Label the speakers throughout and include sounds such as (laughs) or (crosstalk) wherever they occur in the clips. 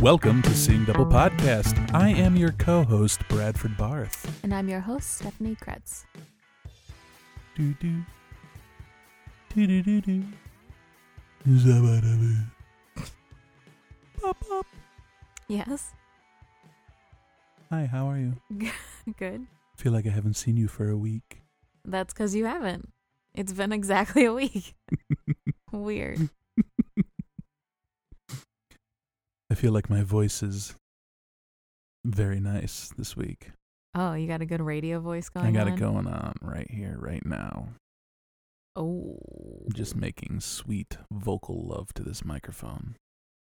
Speaker 1: Welcome to Seeing Double Podcast. I am your co host, Bradford Barth.
Speaker 2: And I'm your host, Stephanie Kretz.
Speaker 1: Do do. Do do do do. Zabadaboo. Pop pop.
Speaker 2: Yes. (laughs)
Speaker 1: Hi, how are you?
Speaker 2: Good.
Speaker 1: Feel like I haven't seen you for a week.
Speaker 2: That's because you haven't. It's been exactly a (laughs) week. Weird.
Speaker 1: I feel like my voice is very nice this week.
Speaker 2: Oh, you got a good radio voice going
Speaker 1: I got it
Speaker 2: on?
Speaker 1: going on right here, right now.
Speaker 2: Oh.
Speaker 1: I'm just making sweet vocal love to this microphone.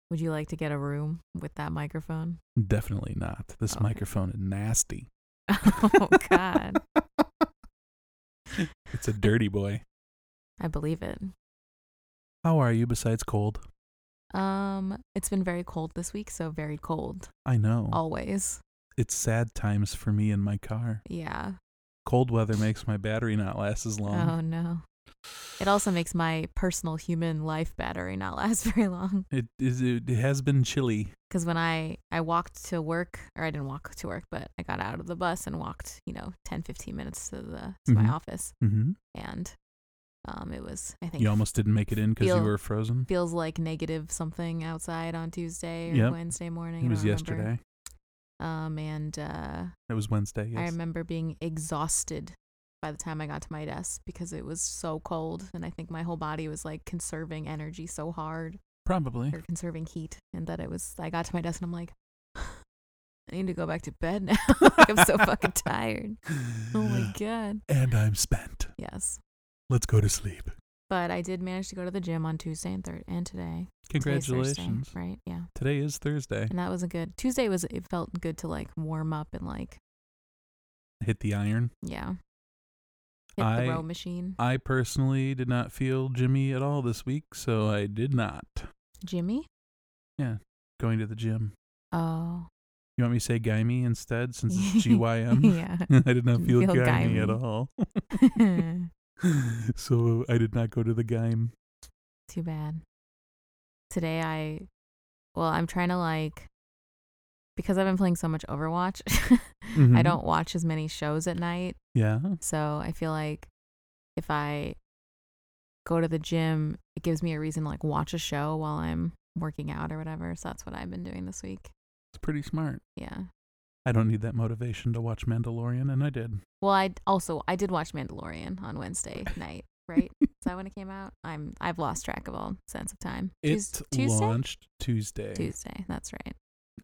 Speaker 2: Would you like to get a room with
Speaker 1: (laughs)
Speaker 2: that microphone? (laughs)
Speaker 1: Definitely not. This
Speaker 2: Okay.
Speaker 1: microphone is nasty.
Speaker 2: (laughs) oh, God.
Speaker 1: It's a dirty boy.
Speaker 2: I believe it.
Speaker 1: How are you besides cold?
Speaker 2: Um, It's been very cold this week, so very cold.
Speaker 1: I know.
Speaker 2: Always.
Speaker 1: It's sad times for me in my car.
Speaker 2: Yeah.
Speaker 1: Cold weather makes my battery not last as long.
Speaker 2: Oh, no. It also makes my personal human life battery not last (laughs) very long.
Speaker 1: It is. It, it has been chilly.
Speaker 2: because when I I walked to work or I didn't walk to work, but I got out of the bus and walked, you know, 10 15 minutes to the to
Speaker 1: Mhm.
Speaker 2: my office
Speaker 1: Mm-hmm.
Speaker 2: and um it was I think
Speaker 1: You almost didn't make it in because you
Speaker 2: Feel-
Speaker 1: were frozen.
Speaker 2: feels like negative something outside on Tuesday or
Speaker 1: Yep.
Speaker 2: Wednesday morning. I
Speaker 1: It was
Speaker 2: don't remember.
Speaker 1: yesterday.
Speaker 2: Um and uh
Speaker 1: It was Wednesday.
Speaker 2: I
Speaker 1: Yes.
Speaker 2: remember being exhausted by the time I got to my desk because it was so cold and I think my whole body was like conserving energy so hard
Speaker 1: Probably.
Speaker 2: or conserving heat and that it was I got to my desk and I'm like (sighs) I need to go back to bed (laughs) now. like, I'm so fucking
Speaker 1: (laughs)
Speaker 2: tired. Oh my god.
Speaker 1: (gasps) And I'm spent.
Speaker 2: Yes.
Speaker 1: Let's go to sleep.
Speaker 2: But I did manage to go to the gym on Tuesday and third and today. Today's Thursday,
Speaker 1: Congratulations.
Speaker 2: right? Yeah.
Speaker 1: Today is Thursday.
Speaker 2: And that was a good Tuesday was it felt good to like warm up and like
Speaker 1: Hit the iron.
Speaker 2: yeah. Hit
Speaker 1: I-
Speaker 2: the row machine.
Speaker 1: I personally did not feel Jimmy at all this week, so I did not
Speaker 2: Jimmy?
Speaker 1: going to the gym.
Speaker 2: Oh.
Speaker 1: You want me to say Gymey instead since
Speaker 2: (laughs)
Speaker 1: it's GYM?
Speaker 2: yeah.
Speaker 1: (laughs) I
Speaker 2: (laughs)
Speaker 1: did not
Speaker 2: Didn't
Speaker 1: feel,
Speaker 2: feel
Speaker 1: gymey at
Speaker 2: gymey.
Speaker 1: all. (laughs) so I did not go to the game.
Speaker 2: Too bad. Today I well, I'm trying to like because I've been playing so much Overwatch, (laughs) I
Speaker 1: Mhm.
Speaker 2: don't watch as many shows at night.
Speaker 1: Yeah.
Speaker 2: So I feel like if I go to the gym, it gives me a reason to like watch a show while I'm working out or whatever. So that's what I've been doing this week.
Speaker 1: It's pretty smart.
Speaker 2: Yeah.
Speaker 1: I don't need that motivation to watch Mandalorian, and I did.
Speaker 2: Well, I also I did watch Mandalorian on
Speaker 1: (laughs)
Speaker 2: Wednesday night, right? Is that when it came out? I'm I've lost track of all sense of time. Tues-
Speaker 1: It launched Tuesday.
Speaker 2: Tuesday. That's right.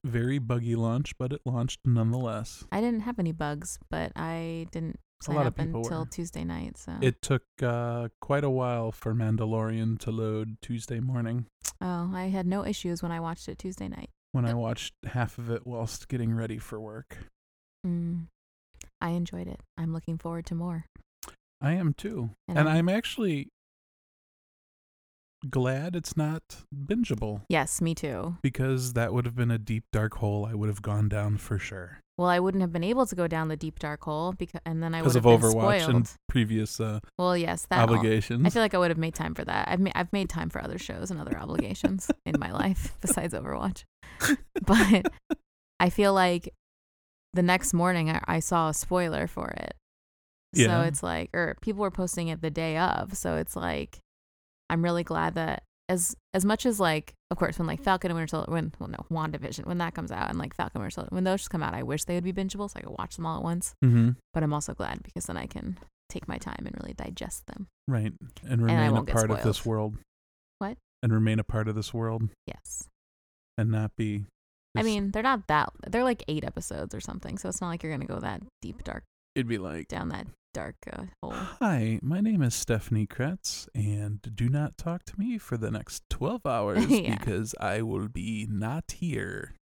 Speaker 1: Very buggy launch, but it launched nonetheless.
Speaker 2: I didn't have any bugs, but I didn't
Speaker 1: A
Speaker 2: sign
Speaker 1: lot of
Speaker 2: up
Speaker 1: people
Speaker 2: until
Speaker 1: were.
Speaker 2: Tuesday night. So
Speaker 1: It took uh, quite a while for Mandalorian to load Tuesday morning.
Speaker 2: oh, I had no issues when I watched it Tuesday night.
Speaker 1: When I watched half of it whilst getting ready for work,
Speaker 2: Mm. I enjoyed it. I'm looking forward to more.
Speaker 1: I am too, and I'm actually glad it's not bingeable
Speaker 2: yes, me too.
Speaker 1: because that would have been a deep dark hole I would have gone down for sure.
Speaker 2: Well, I wouldn't have been able to go down the deep dark hole because, and then I would
Speaker 1: because of
Speaker 2: have been
Speaker 1: Overwatch
Speaker 2: spoiled.
Speaker 1: and previous uh,
Speaker 2: well, yes, that. all-
Speaker 1: obligations.
Speaker 2: I feel like I would have made time for that. I've made I've made time for other shows and other
Speaker 1: (laughs)
Speaker 2: obligations in my life besides Overwatch. (laughs) But I feel like the next morning I, I saw a spoiler for it.
Speaker 1: Yeah.
Speaker 2: So it's like, or people were posting it the day of. So it's like, I'm really glad that as as much as like, of course, when like Falcon and Winter Soldier, when well no, WandaVision, when that comes out, and like Falcon and Winter Soldier, when those come out, I wish they would be bingeable so I could watch them all at once.
Speaker 1: mm-hmm.
Speaker 2: But I'm also glad because then I can take my time and really digest them.
Speaker 1: right, and
Speaker 2: I
Speaker 1: remain a
Speaker 2: won't get
Speaker 1: part of this world.
Speaker 2: What?
Speaker 1: And remain a part of this world
Speaker 2: Yes.
Speaker 1: and not be.
Speaker 2: I
Speaker 1: just-
Speaker 2: mean, they're not that. They're like eight episodes or something, so it's not like you're gonna go that deep, dark
Speaker 1: it'd be like,
Speaker 2: down that dark uh, hole.
Speaker 1: "Hi, my name is Stephanie Kretz, and do not talk to me for the next
Speaker 2: (laughs)
Speaker 1: twelve hours
Speaker 2: Yeah.
Speaker 1: because I will be not here."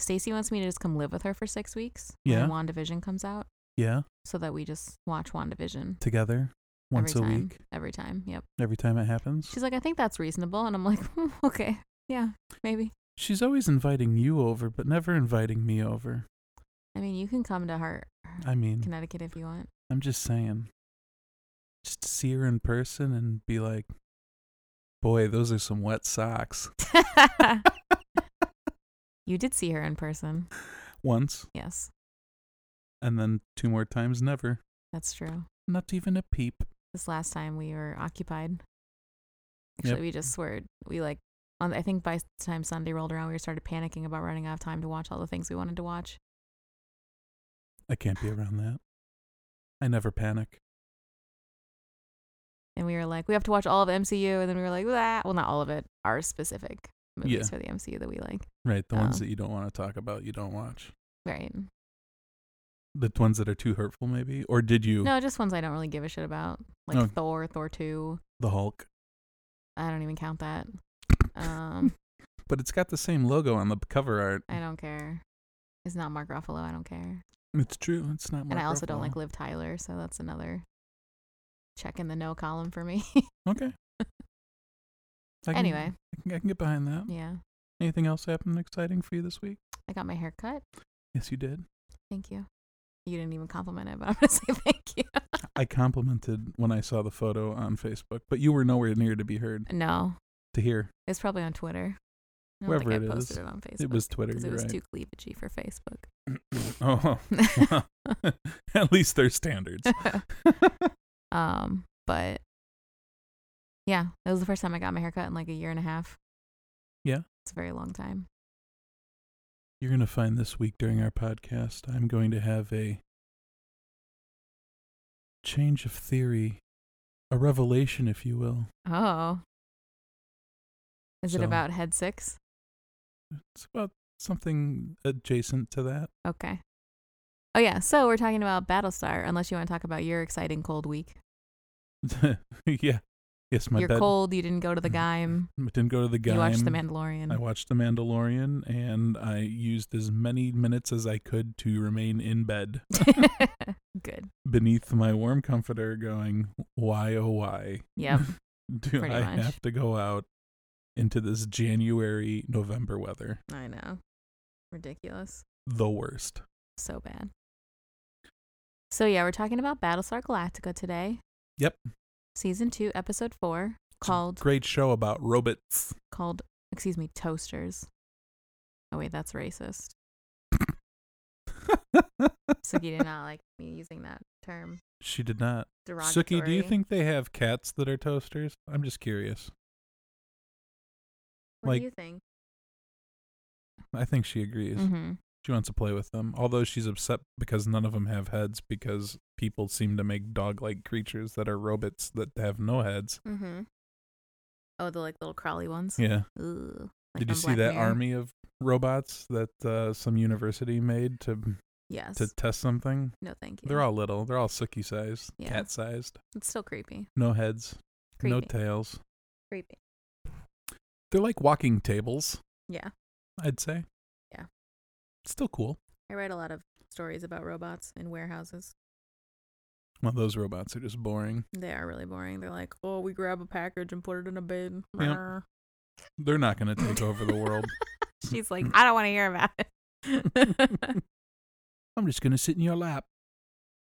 Speaker 2: Stacy wants me to just come live with her for six weeks when
Speaker 1: Yeah.
Speaker 2: Wandavision comes out,
Speaker 1: Yeah,
Speaker 2: so that we just watch Wandavision
Speaker 1: together once
Speaker 2: every
Speaker 1: a
Speaker 2: time,
Speaker 1: week,
Speaker 2: every time. Yep.
Speaker 1: every time it happens.
Speaker 2: She's like, I think that's reasonable, and I'm like, (laughs) "Hmm, okay, Yeah, maybe.
Speaker 1: She's always inviting you over, but never inviting me over.
Speaker 2: I mean, you can come to her,
Speaker 1: I mean,
Speaker 2: Connecticut if you
Speaker 1: (laughs)
Speaker 2: want. (laughs)
Speaker 1: I'm just saying. Just to see her in person and be like, boy, those are some wet socks. (laughs)
Speaker 2: you did see her in person.
Speaker 1: Once,
Speaker 2: Yes,
Speaker 1: and then two more times, never.
Speaker 2: that's true.
Speaker 1: Not even a peep.
Speaker 2: This last time we were occupied. Actually,
Speaker 1: Yep.
Speaker 2: we just sweared. We like, on, I think by the time Sunday rolled around, we started panicking about running out of time to watch all the things we wanted to watch.
Speaker 1: I can't be around that. I never panic.
Speaker 2: And we were like, we have to watch all of MCU. And then we were like, "Ah." well, not all of it, our specific movies
Speaker 1: Yeah.
Speaker 2: for the MCU that we like.
Speaker 1: Right, the ones
Speaker 2: Oh.
Speaker 1: that you don't want to talk about, you don't watch.
Speaker 2: Right.
Speaker 1: The ones that are too hurtful, maybe? Or did you?
Speaker 2: No, just ones I don't really give a shit about, like
Speaker 1: Oh.
Speaker 2: Thor, Thor 2.
Speaker 1: The Hulk.
Speaker 2: I don't even count that.
Speaker 1: (laughs)
Speaker 2: Um,
Speaker 1: But it's got the same logo on the cover art.
Speaker 2: I don't care. It's not Mark Ruffalo. I don't care.
Speaker 1: It's true. It's not.
Speaker 2: and
Speaker 1: Mark
Speaker 2: I also don't
Speaker 1: Ruffalo.
Speaker 2: like Liv Tyler, so that's another check in the no column for me.
Speaker 1: Okay. (laughs) I can,
Speaker 2: anyway,
Speaker 1: I can, I can get behind that.
Speaker 2: yeah,
Speaker 1: Anything else happened exciting for you this week?
Speaker 2: I got my hair cut.
Speaker 1: Yes, you did.
Speaker 2: Thank you. You didn't even compliment it, but I'm gonna (laughs) say thank you.
Speaker 1: I complimented when I saw the photo on Facebook, but you were nowhere near to be heard
Speaker 2: No,
Speaker 1: to hear.
Speaker 2: it's probably on Twitter. I don't
Speaker 1: Wherever
Speaker 2: think
Speaker 1: it
Speaker 2: I
Speaker 1: is.
Speaker 2: posted it on Facebook.
Speaker 1: It was Twitter.
Speaker 2: 'cause it
Speaker 1: You're
Speaker 2: was
Speaker 1: right.
Speaker 2: too cleavagey for Facebook.
Speaker 1: (clears throat) oh, (laughs) well, at least their standards.
Speaker 2: (laughs) um, but yeah, that was the first time I got my hair cut in like a year and a half.
Speaker 1: Yeah.
Speaker 2: it's a very long time.
Speaker 1: You're gonna find this week during our podcast, I'm going to have a change of theory, a revelation, if you will.
Speaker 2: Oh, is it
Speaker 1: So-
Speaker 2: about head six?
Speaker 1: It's about something adjacent to that. (laughs)
Speaker 2: Okay. Oh yeah, so we're talking about Battlestar. Unless you want to talk about your exciting cold week.
Speaker 1: yeah. Yes, my
Speaker 2: You're
Speaker 1: bed
Speaker 2: cold. You didn't go to the game.
Speaker 1: Mm. didn't go to the game.
Speaker 2: You watched The mm.
Speaker 1: I (laughs)
Speaker 2: Mandalorian.
Speaker 1: watched The Mandalorian and I used as many minutes as I could to remain in bed
Speaker 2: Good.
Speaker 1: beneath my warm comforter going, why oh why
Speaker 2: (laughs) Yep.
Speaker 1: do
Speaker 2: Pretty
Speaker 1: I
Speaker 2: much.
Speaker 1: have to go out into this January November weather?
Speaker 2: I know. Ridiculous.
Speaker 1: The worst.
Speaker 2: So bad. So yeah, we're talking about Battlestar Galactica today.
Speaker 1: Yep.
Speaker 2: Season two, episode four, called
Speaker 1: Great show about robots. (laughs)
Speaker 2: called excuse me, toasters. Oh wait, that's racist. Suki
Speaker 1: (laughs)
Speaker 2: did not like me using that term.
Speaker 1: she did not.
Speaker 2: Derogatory.
Speaker 1: Suki, do you think they have cats that are toasters? I'm just curious.
Speaker 2: What
Speaker 1: like-
Speaker 2: do you think?
Speaker 1: I think she agrees.
Speaker 2: Mm-hmm.
Speaker 1: She wants to play with them, although she's upset because none of them have heads because people seem to make dog-like creatures that are robots that have no heads.
Speaker 2: Mm-hmm. Oh, the like little crawly ones.
Speaker 1: Yeah.
Speaker 2: Ugh, like
Speaker 1: Did you
Speaker 2: from
Speaker 1: see
Speaker 2: Black
Speaker 1: that
Speaker 2: Mirror.
Speaker 1: army of robots that uh, some university made to
Speaker 2: Yes.
Speaker 1: to test something?
Speaker 2: no, thank you.
Speaker 1: They're all little. They're all Suki sized,
Speaker 2: Yeah.
Speaker 1: cat sized,
Speaker 2: It's still creepy.
Speaker 1: no heads,
Speaker 2: Creepy.
Speaker 1: no tails.
Speaker 2: creepy.
Speaker 1: They're like walking tables,
Speaker 2: Yeah.
Speaker 1: I'd say.
Speaker 2: Yeah.
Speaker 1: Still cool.
Speaker 2: I read a lot of stories about robots in warehouses.
Speaker 1: Well, those robots are just boring.
Speaker 2: They are really boring. They're like, oh, we grab a package and put it in a bin.
Speaker 1: Yep.
Speaker 2: Rrr.
Speaker 1: They're not going to take over the world.
Speaker 2: (laughs)
Speaker 1: (laughs)
Speaker 2: She's like, I don't want to hear about (laughs) it.
Speaker 1: I'm just going to sit in your lap.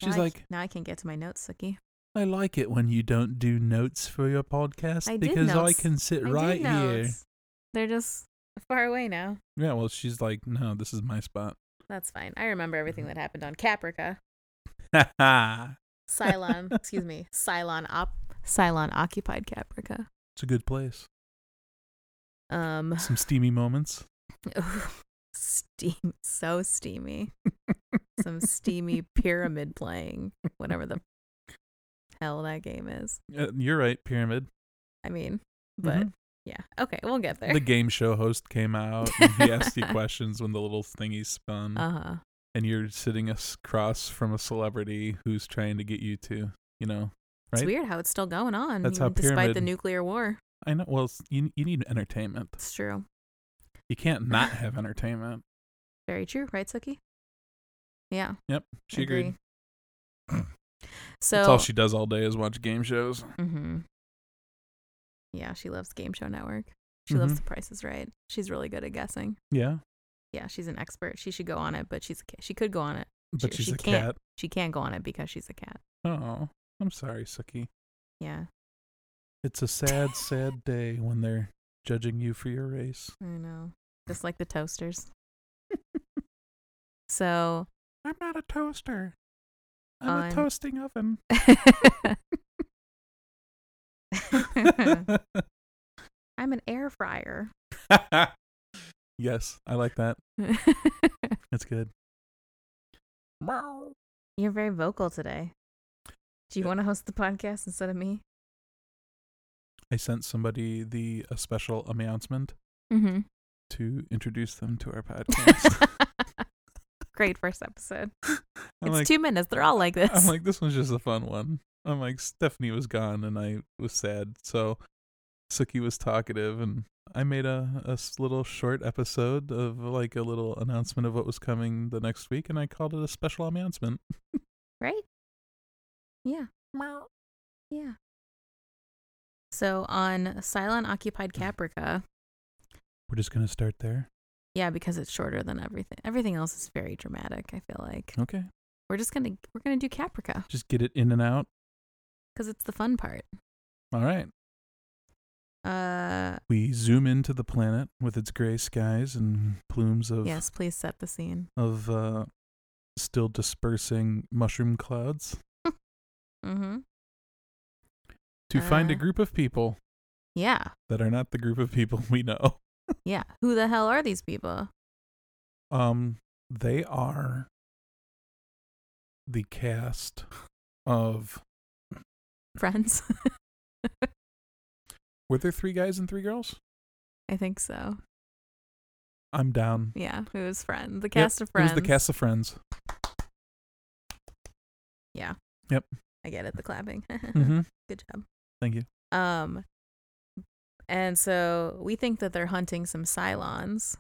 Speaker 1: She's
Speaker 2: Now I-
Speaker 1: like,
Speaker 2: now I can get to my notes, Suki.
Speaker 1: I like it when you don't do notes for your podcast
Speaker 2: I did
Speaker 1: because I
Speaker 2: notes.
Speaker 1: can sit right here.
Speaker 2: They're just far away now.
Speaker 1: Yeah, well, she's like, no, this is my spot. (laughs)
Speaker 2: That's fine. I remember everything
Speaker 1: Mm-hmm.
Speaker 2: that happened on Caprica.
Speaker 1: it's (laughs)
Speaker 2: Cylon, excuse me, Cylon op, Cylon occupied Caprica.
Speaker 1: a good place.
Speaker 2: Um, (laughs)
Speaker 1: Some steamy moments.
Speaker 2: steam,
Speaker 1: (laughs)
Speaker 2: so steamy. Some steamy pyramid playing, whatever the hell that game is.
Speaker 1: Uh, you're right, Pyramid.
Speaker 2: I mean, but
Speaker 1: Mhm.
Speaker 2: yeah, okay, we'll get there.
Speaker 1: The game show host came out and he asked
Speaker 2: (laughs)
Speaker 1: you questions when the little thingy spun,
Speaker 2: Uh huh.
Speaker 1: and you're sitting across from a celebrity who's trying to get you to, you know,
Speaker 2: It's
Speaker 1: Right?
Speaker 2: weird how it's still going on,
Speaker 1: That's how
Speaker 2: even despite the
Speaker 1: pyramid-
Speaker 2: nuclear war.
Speaker 1: I know. Well, it's- you you need entertainment.
Speaker 2: It's true.
Speaker 1: You can't
Speaker 2: (sighs)
Speaker 1: not have entertainment.
Speaker 2: Very true, right, Suki? Yeah.
Speaker 1: Yep, she agreed.
Speaker 2: agree.
Speaker 1: (clears throat) That's all
Speaker 2: So, mm-hmm.
Speaker 1: she does all day is watch game shows.
Speaker 2: hmm yeah, she loves Game Show Network. She loves
Speaker 1: Mhm.
Speaker 2: The Price is Right. She's really good at guessing.
Speaker 1: Yeah,
Speaker 2: Yeah, she's an expert. She should go on it, but she's a ca- she could go on it.
Speaker 1: but
Speaker 2: She-
Speaker 1: she's
Speaker 2: she
Speaker 1: a
Speaker 2: can't. She can't go on it because she's a cat.
Speaker 1: cat. Oh, I'm sorry, Suki.
Speaker 2: Yeah,
Speaker 1: It's a sad, sad day when they're judging you for your race.
Speaker 2: I know. Just like
Speaker 1: (laughs)
Speaker 2: the toasters. so
Speaker 1: I'm not a toaster. I'm
Speaker 2: I'm-
Speaker 1: a toasting
Speaker 2: (laughs)
Speaker 1: oven. (laughs) (laughs)
Speaker 2: (laughs) I'm an air fryer.
Speaker 1: yes, I like that. That's good.
Speaker 2: You're very vocal today. Do you want to host the podcast instead of me?
Speaker 1: I sent somebody the a special announcement
Speaker 2: Mm-hmm.
Speaker 1: to introduce them to our podcast.
Speaker 2: (laughs) Great first episode.
Speaker 1: I'm
Speaker 2: it's
Speaker 1: like,
Speaker 2: two minutes. They're all like this.
Speaker 1: I'm like, this one's just a fun one. I'm like, Stephanie was gone and I was sad, so Suki was talkative, and I made a, a s- little short episode of like a little announcement of what was coming the next week, and I called it a special announcement.
Speaker 2: right? Yeah. Yeah. So on Cylon Occupied Caprica,
Speaker 1: We're just gonna start there.
Speaker 2: yeah, because it's shorter than everything. Everything else is very dramatic, I feel like.
Speaker 1: Okay,
Speaker 2: We're just going to we're going to do Caprica
Speaker 1: just get it in and out.
Speaker 2: cuz it's the fun part.
Speaker 1: All right.
Speaker 2: Uh
Speaker 1: We zoom into the planet with its gray skies and plumes of
Speaker 2: yes, please set the scene.
Speaker 1: of uh, still dispersing mushroom clouds
Speaker 2: Mhm.
Speaker 1: to find a
Speaker 2: Uh.
Speaker 1: group of people
Speaker 2: Yeah.
Speaker 1: that are not the group of people we know.
Speaker 2: Yeah. Who the hell are these people? (laughs)
Speaker 1: Um, they are the cast of
Speaker 2: Friends. (laughs)
Speaker 1: were there three guys and three girls?
Speaker 2: I think so.
Speaker 1: I'm down.
Speaker 2: Yeah, it was Friends. The
Speaker 1: Yep,
Speaker 2: cast of Friends.
Speaker 1: It was the cast of
Speaker 2: (laughs)
Speaker 1: Friends.
Speaker 2: Yeah.
Speaker 1: Yep.
Speaker 2: I get it. The clapping. (laughs)
Speaker 1: hmm
Speaker 2: Good job.
Speaker 1: Thank you.
Speaker 2: Um, and so we think that they're hunting some Cylons.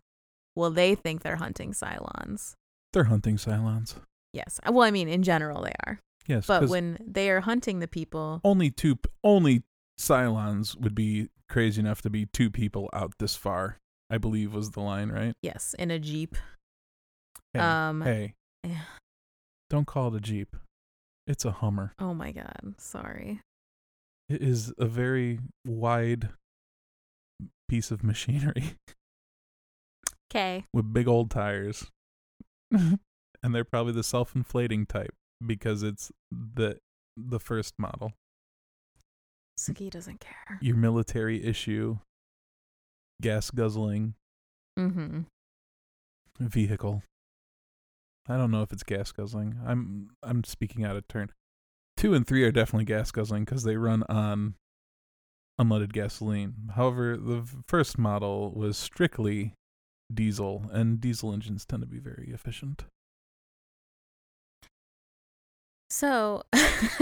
Speaker 2: Well, they think they're hunting Cylons.
Speaker 1: They're hunting Cylons.
Speaker 2: Yes. Well, I mean, in general, they are.
Speaker 1: Yes,
Speaker 2: But
Speaker 1: 'cause Oh.
Speaker 2: when they are hunting the people,
Speaker 1: only two, p- only Cylons would be crazy enough to be two people out this far. I believe was the line, right?
Speaker 2: yes, in a jeep.
Speaker 1: Hey,
Speaker 2: um.
Speaker 1: hey,
Speaker 2: yeah.
Speaker 1: don't call it a jeep. It's a Hummer.
Speaker 2: Oh my God. Sorry.
Speaker 1: It is a very wide piece of machinery
Speaker 2: Okay.
Speaker 1: with big old tires. and they're probably the self-inflating type because it's the the first model.
Speaker 2: Suki doesn't care.
Speaker 1: Your military issue gas guzzling
Speaker 2: Mm-hmm.
Speaker 1: vehicle. I don't know if it's gas guzzling. I'm I'm speaking out of turn. 2 and 3 are definitely gas guzzling cuz they run on unleaded gasoline. However, the v- first model was strictly diesel and diesel engines tend to be very efficient.
Speaker 2: So (laughs)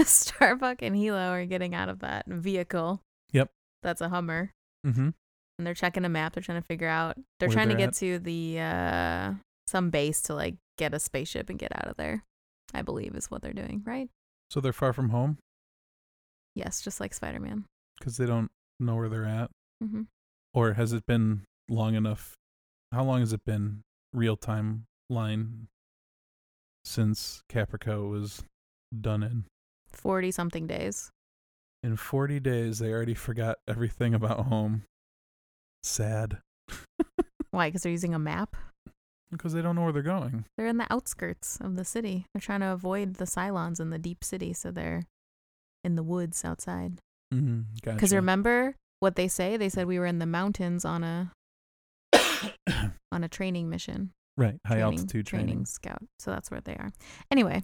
Speaker 2: Starbuck and Hilo are getting out of that vehicle.
Speaker 1: Yep.
Speaker 2: That's a Hummer.
Speaker 1: Mhm.
Speaker 2: and they're checking a map. They're trying to figure out. They're
Speaker 1: Where
Speaker 2: trying to
Speaker 1: they're
Speaker 2: get
Speaker 1: at.
Speaker 2: to the uh some base to like get a spaceship and get out of there. I believe is what they're doing, right?
Speaker 1: So they're far from home
Speaker 2: Yes, just like Spider Man.
Speaker 1: cuz they don't know where they're at
Speaker 2: hmm
Speaker 1: or has it been long enough? How long has it been real time line since Caprico was done in?
Speaker 2: Forty something days.
Speaker 1: In 40 days, they already forgot everything about home. Sad.
Speaker 2: Why? Because they're using a map.
Speaker 1: Because they don't know where they're going.
Speaker 2: They're in the outskirts of the city. They're trying to avoid the Cylons in the deep city, so they're in the woods outside.
Speaker 1: Mm,
Speaker 2: Because
Speaker 1: gotcha.
Speaker 2: remember what they say? They said we were in the mountains
Speaker 1: (coughs)
Speaker 2: on a on a training mission.
Speaker 1: right, high
Speaker 2: training-
Speaker 1: altitude training.
Speaker 2: scout. So that's where they are. Anyway,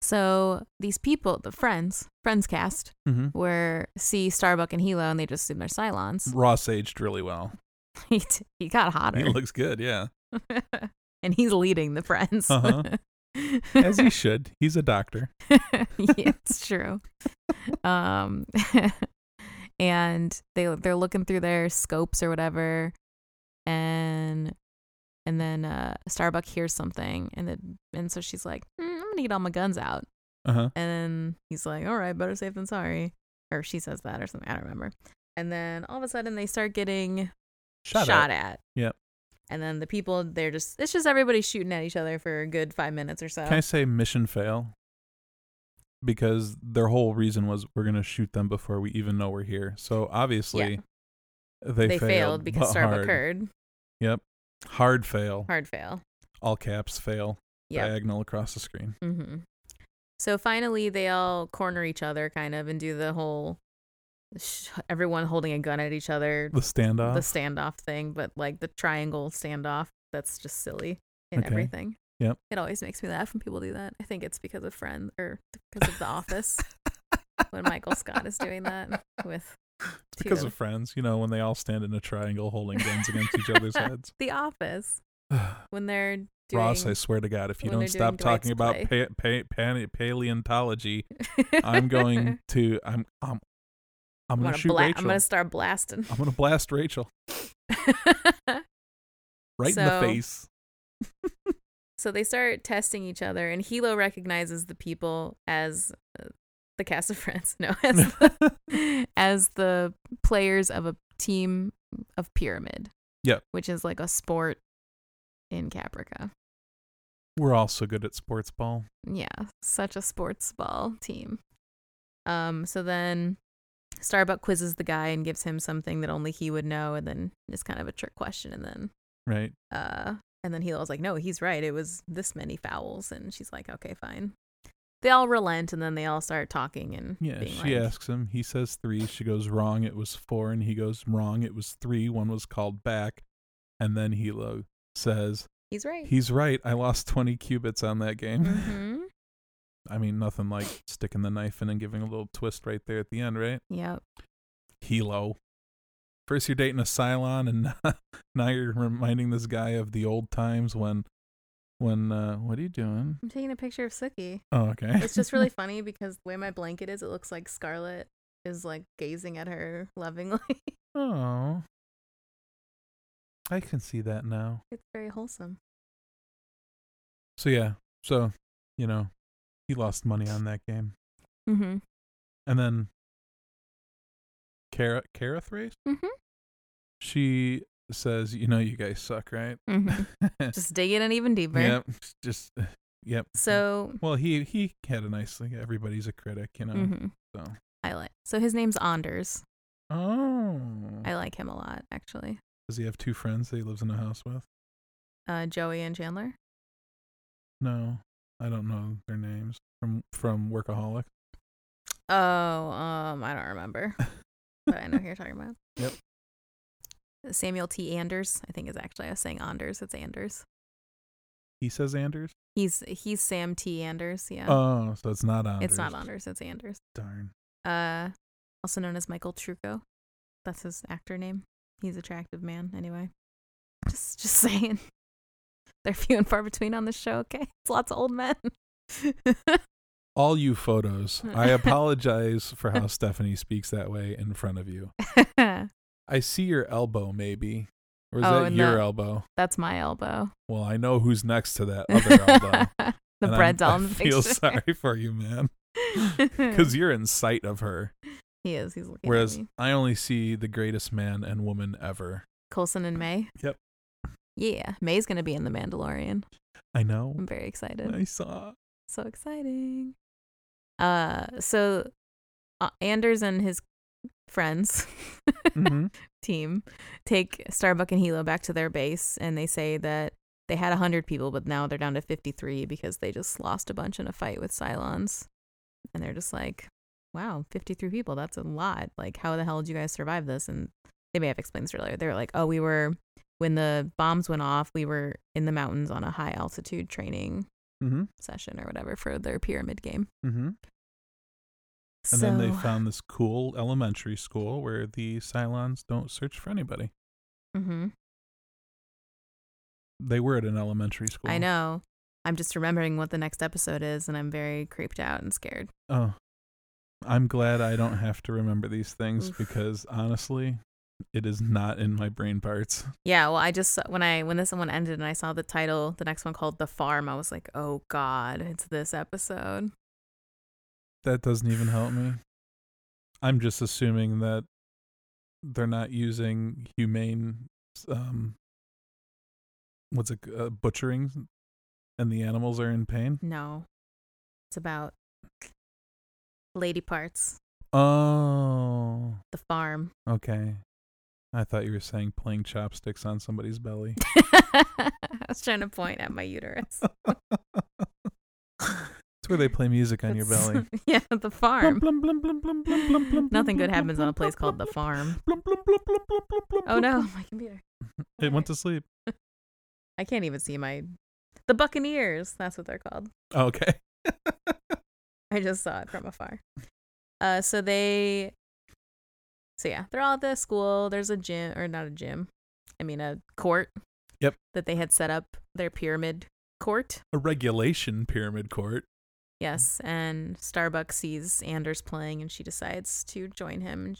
Speaker 2: so these people, the friends, friends cast,
Speaker 1: hmm
Speaker 2: were see Starbuck and Hilo, and they just assume they're Cylons.
Speaker 1: Ross aged really well.
Speaker 2: (laughs) he, t- he got hotter,
Speaker 1: Mm. He looks good, yeah.
Speaker 2: (laughs) and he's leading the friends. (laughs)
Speaker 1: Uh-huh. As he should. He's a doctor.
Speaker 2: Yeah, it's true. Um, (laughs) and they they're looking through their scopes or whatever, and and then uh, Starbuck hears something, and then and so she's like, "Mm, "I'm gonna get all my guns out,"
Speaker 1: Uh huh.
Speaker 2: and then he's like, "All right, better safe than sorry," or she says that or something. I don't remember. and then all of a sudden they start getting
Speaker 1: Shot,
Speaker 2: shot,
Speaker 1: at.
Speaker 2: at.
Speaker 1: Yep.
Speaker 2: And then the people, they're just, it's just everybody shooting at each other for a good five minutes or so.
Speaker 1: Can I say mission fail? Because their whole reason was we're gonna shoot them before we even know we're here. So obviously, they,
Speaker 2: they failed, because
Speaker 1: but
Speaker 2: Starbuck
Speaker 1: hard.
Speaker 2: heard.
Speaker 1: Yep, hard fail.
Speaker 2: Hard fail.
Speaker 1: All caps fail.
Speaker 2: Yeah.
Speaker 1: Diagonal across the screen.
Speaker 2: Mm-hmm. So finally, they all corner each other, kind of, and do the whole sh- everyone holding a gun at each other,
Speaker 1: The standoff.
Speaker 2: the standoff thing, but like the triangle standoff. That's just silly in
Speaker 1: Okay.
Speaker 2: everything.
Speaker 1: Yep.
Speaker 2: It always makes me laugh when people do that. I think it's because of Friends or because of
Speaker 1: (laughs)
Speaker 2: The Office when Michael Scott is doing that with
Speaker 1: It's because
Speaker 2: too.
Speaker 1: of friends, you know, when they all stand in a triangle holding guns against each
Speaker 2: (laughs)
Speaker 1: other's heads. (sighs)
Speaker 2: The Office when they're doing.
Speaker 1: Ross, I swear to God, if you
Speaker 2: when
Speaker 1: don't
Speaker 2: they're
Speaker 1: stop
Speaker 2: doing
Speaker 1: talking about
Speaker 2: Dwight's
Speaker 1: pa- pa- pa- paleontology,
Speaker 2: (laughs)
Speaker 1: I'm going to I'm I'm I'm
Speaker 2: I'm
Speaker 1: gonna
Speaker 2: gonna
Speaker 1: shoot
Speaker 2: bla-
Speaker 1: Rachel.
Speaker 2: I'm gonna start blasting.
Speaker 1: I'm gonna blast Rachel
Speaker 2: (laughs)
Speaker 1: right in the
Speaker 2: So-
Speaker 1: face.
Speaker 2: So they start testing each other, and Hilo recognizes the people as uh, the cast of (laughs) Friends, no, as the, as the players of a team of Pyramid.
Speaker 1: Yep.
Speaker 2: Which is like a sport in Caprica.
Speaker 1: We're all so good at sports ball.
Speaker 2: Yeah, such a sports ball team. Um, so then Starbuck quizzes the guy and gives him something that only he would know, and then it's kind of a trick question, and then
Speaker 1: Right.
Speaker 2: uh and then Hilo's like, No, he's right. It was this many fouls and she's like, Okay, fine. They all relent and then they all start talking and
Speaker 1: Yeah.
Speaker 2: being
Speaker 1: she
Speaker 2: like,
Speaker 1: asks him. He says three. She goes wrong. It was four, and he goes wrong. It was three. One was called back, and then Hilo says,
Speaker 2: He's
Speaker 1: (laughs)
Speaker 2: right.
Speaker 1: "He's right. I lost twenty cubits on that game."
Speaker 2: mm-hmm.
Speaker 1: I mean, nothing like sticking the knife in and giving a little twist right there at the end, right?
Speaker 2: Yep.
Speaker 1: Hilo. First, you're dating a Cylon, and (laughs) now you're reminding this guy of the old times when, when, uh, what are you doing?
Speaker 2: I'm taking a picture of Suki.
Speaker 1: Oh, okay.
Speaker 2: It's just really funny because the way my blanket is, it looks like Scarlet is like gazing at her lovingly. (laughs)
Speaker 1: Oh. I can see that now.
Speaker 2: it's very wholesome.
Speaker 1: So, yeah. So, you know, he lost money on that game.
Speaker 2: Mm-hmm.
Speaker 1: And then, Kara, Kara Thrace?
Speaker 2: Mm-hmm.
Speaker 1: She says, you know, you guys suck, right?
Speaker 2: mm-hmm.
Speaker 1: (laughs)
Speaker 2: (laughs) Just dig it in even deeper.
Speaker 1: Yep. Just (sighs) yep.
Speaker 2: So
Speaker 1: well, he he had a nice thing. Everybody's a critic, you know.
Speaker 2: mhm.
Speaker 1: So
Speaker 2: I like so his name's Anders.
Speaker 1: oh,
Speaker 2: I like him a lot, actually.
Speaker 1: does he have two friends that he lives in a house with?
Speaker 2: Uh, Joey and Chandler.
Speaker 1: No, I don't know their names from from workaholic.
Speaker 2: Oh, um, I don't remember,
Speaker 1: (laughs)
Speaker 2: but I know who you're talking about.
Speaker 1: Yep.
Speaker 2: Samuel T. Anders, I think is actually I was saying Anders. It's Anders.
Speaker 1: He says Anders.
Speaker 2: He's he's Sam T. Anders. Yeah,
Speaker 1: Oh, so it's not Anders.
Speaker 2: it's not Anders. It's Anders.
Speaker 1: Darn.
Speaker 2: Uh, also known as Michael Trucco. That's his actor name. He's attractive man. Anyway, (laughs) just just saying, (laughs) they're few and far between on this show. Okay, (laughs) it's lots of old men.
Speaker 1: All you photos.
Speaker 2: Hmm. (laughs)
Speaker 1: I apologize for how Stephanie speaks that way in front of you. I see your elbow, maybe, or is
Speaker 2: Oh,
Speaker 1: that
Speaker 2: in
Speaker 1: your
Speaker 2: the-
Speaker 1: elbow?
Speaker 2: That's my elbow.
Speaker 1: Well, I know who's next to
Speaker 2: (laughs)
Speaker 1: that other elbow.
Speaker 2: the
Speaker 1: and I'm-
Speaker 2: bread's all
Speaker 1: I
Speaker 2: in the
Speaker 1: feel
Speaker 2: picture.
Speaker 1: sorry for you,
Speaker 2: (laughs)
Speaker 1: man, because you're in sight of her,
Speaker 2: he is. He's looking
Speaker 1: whereas
Speaker 2: at me.
Speaker 1: I only see the greatest man and woman ever.
Speaker 2: Coulson and May.
Speaker 1: Yep.
Speaker 2: Yeah, May's gonna be in The Mandalorian.
Speaker 1: I know.
Speaker 2: I'm very excited.
Speaker 1: I
Speaker 2: (laughs)
Speaker 1: saw.
Speaker 2: So exciting. Uh, so uh, Anders and his friends (laughs)
Speaker 1: Mhm.
Speaker 2: team take Starbuck and Hilo back to their base, and they say that they had hundred people, but now they're down to fifty-three because they just lost a bunch in a fight with Cylons, and they're just like, "Wow, fifty-three people—that's a lot. Like, how the hell did you guys survive this?" And they may have explained this earlier. They were like, "Oh, we were when the bombs went off, we were in the mountains on a high altitude training
Speaker 1: Mhm.
Speaker 2: session or whatever for their pyramid game."
Speaker 1: Mhm. And
Speaker 2: So,
Speaker 1: then they found this cool elementary school where the Cylons don't search for anybody.
Speaker 2: Mhm.
Speaker 1: They were at an elementary school.
Speaker 2: I know. I'm just remembering what the next episode is, and I'm very creeped out and scared.
Speaker 1: Oh, I'm glad I don't have to remember these things
Speaker 2: Oof.
Speaker 1: because honestly, it is not in my brain parts.
Speaker 2: Yeah, well, I just when I when this one ended and I saw the title, the next one called "The Farm," I was like, "Oh God, it's this episode."
Speaker 1: That doesn't even help me. I'm just assuming that they're not using humane um what's it uh, butchering and the animals are in pain
Speaker 2: No. It's about lady parts,
Speaker 1: oh
Speaker 2: the farm. (laughs)
Speaker 1: okay i thought you were saying playing chopsticks on somebody's belly
Speaker 2: I was trying to point at my uterus. (laughs)
Speaker 1: it's where they play music on your
Speaker 2: That's-
Speaker 1: belly
Speaker 2: (laughs) yeah, the farm.
Speaker 1: Blum, blum, blum, blum, blum, blum, blum,
Speaker 2: Nothing
Speaker 1: blum,
Speaker 2: good happens
Speaker 1: blum,
Speaker 2: on a place
Speaker 1: blum,
Speaker 2: called the
Speaker 1: blum,
Speaker 2: farm.
Speaker 1: blum, blum, blum, blum, blum, blum, blum,
Speaker 2: Oh
Speaker 1: blum,
Speaker 2: no,
Speaker 1: blum.
Speaker 2: my computer.
Speaker 1: it went to sleep (laughs)
Speaker 2: I can't even see my The Buccaneers, that's what they're called.
Speaker 1: okay
Speaker 2: I just saw it from afar. Uh so they So yeah, they're all at the school. There's a gym or not a gym. I mean a court.
Speaker 1: Yep.
Speaker 2: That they had set up their pyramid court.
Speaker 1: a regulation pyramid court (laughs)
Speaker 2: Yes,
Speaker 1: Mm-hmm.
Speaker 2: and Starbuck sees Anders playing and she decides to join him.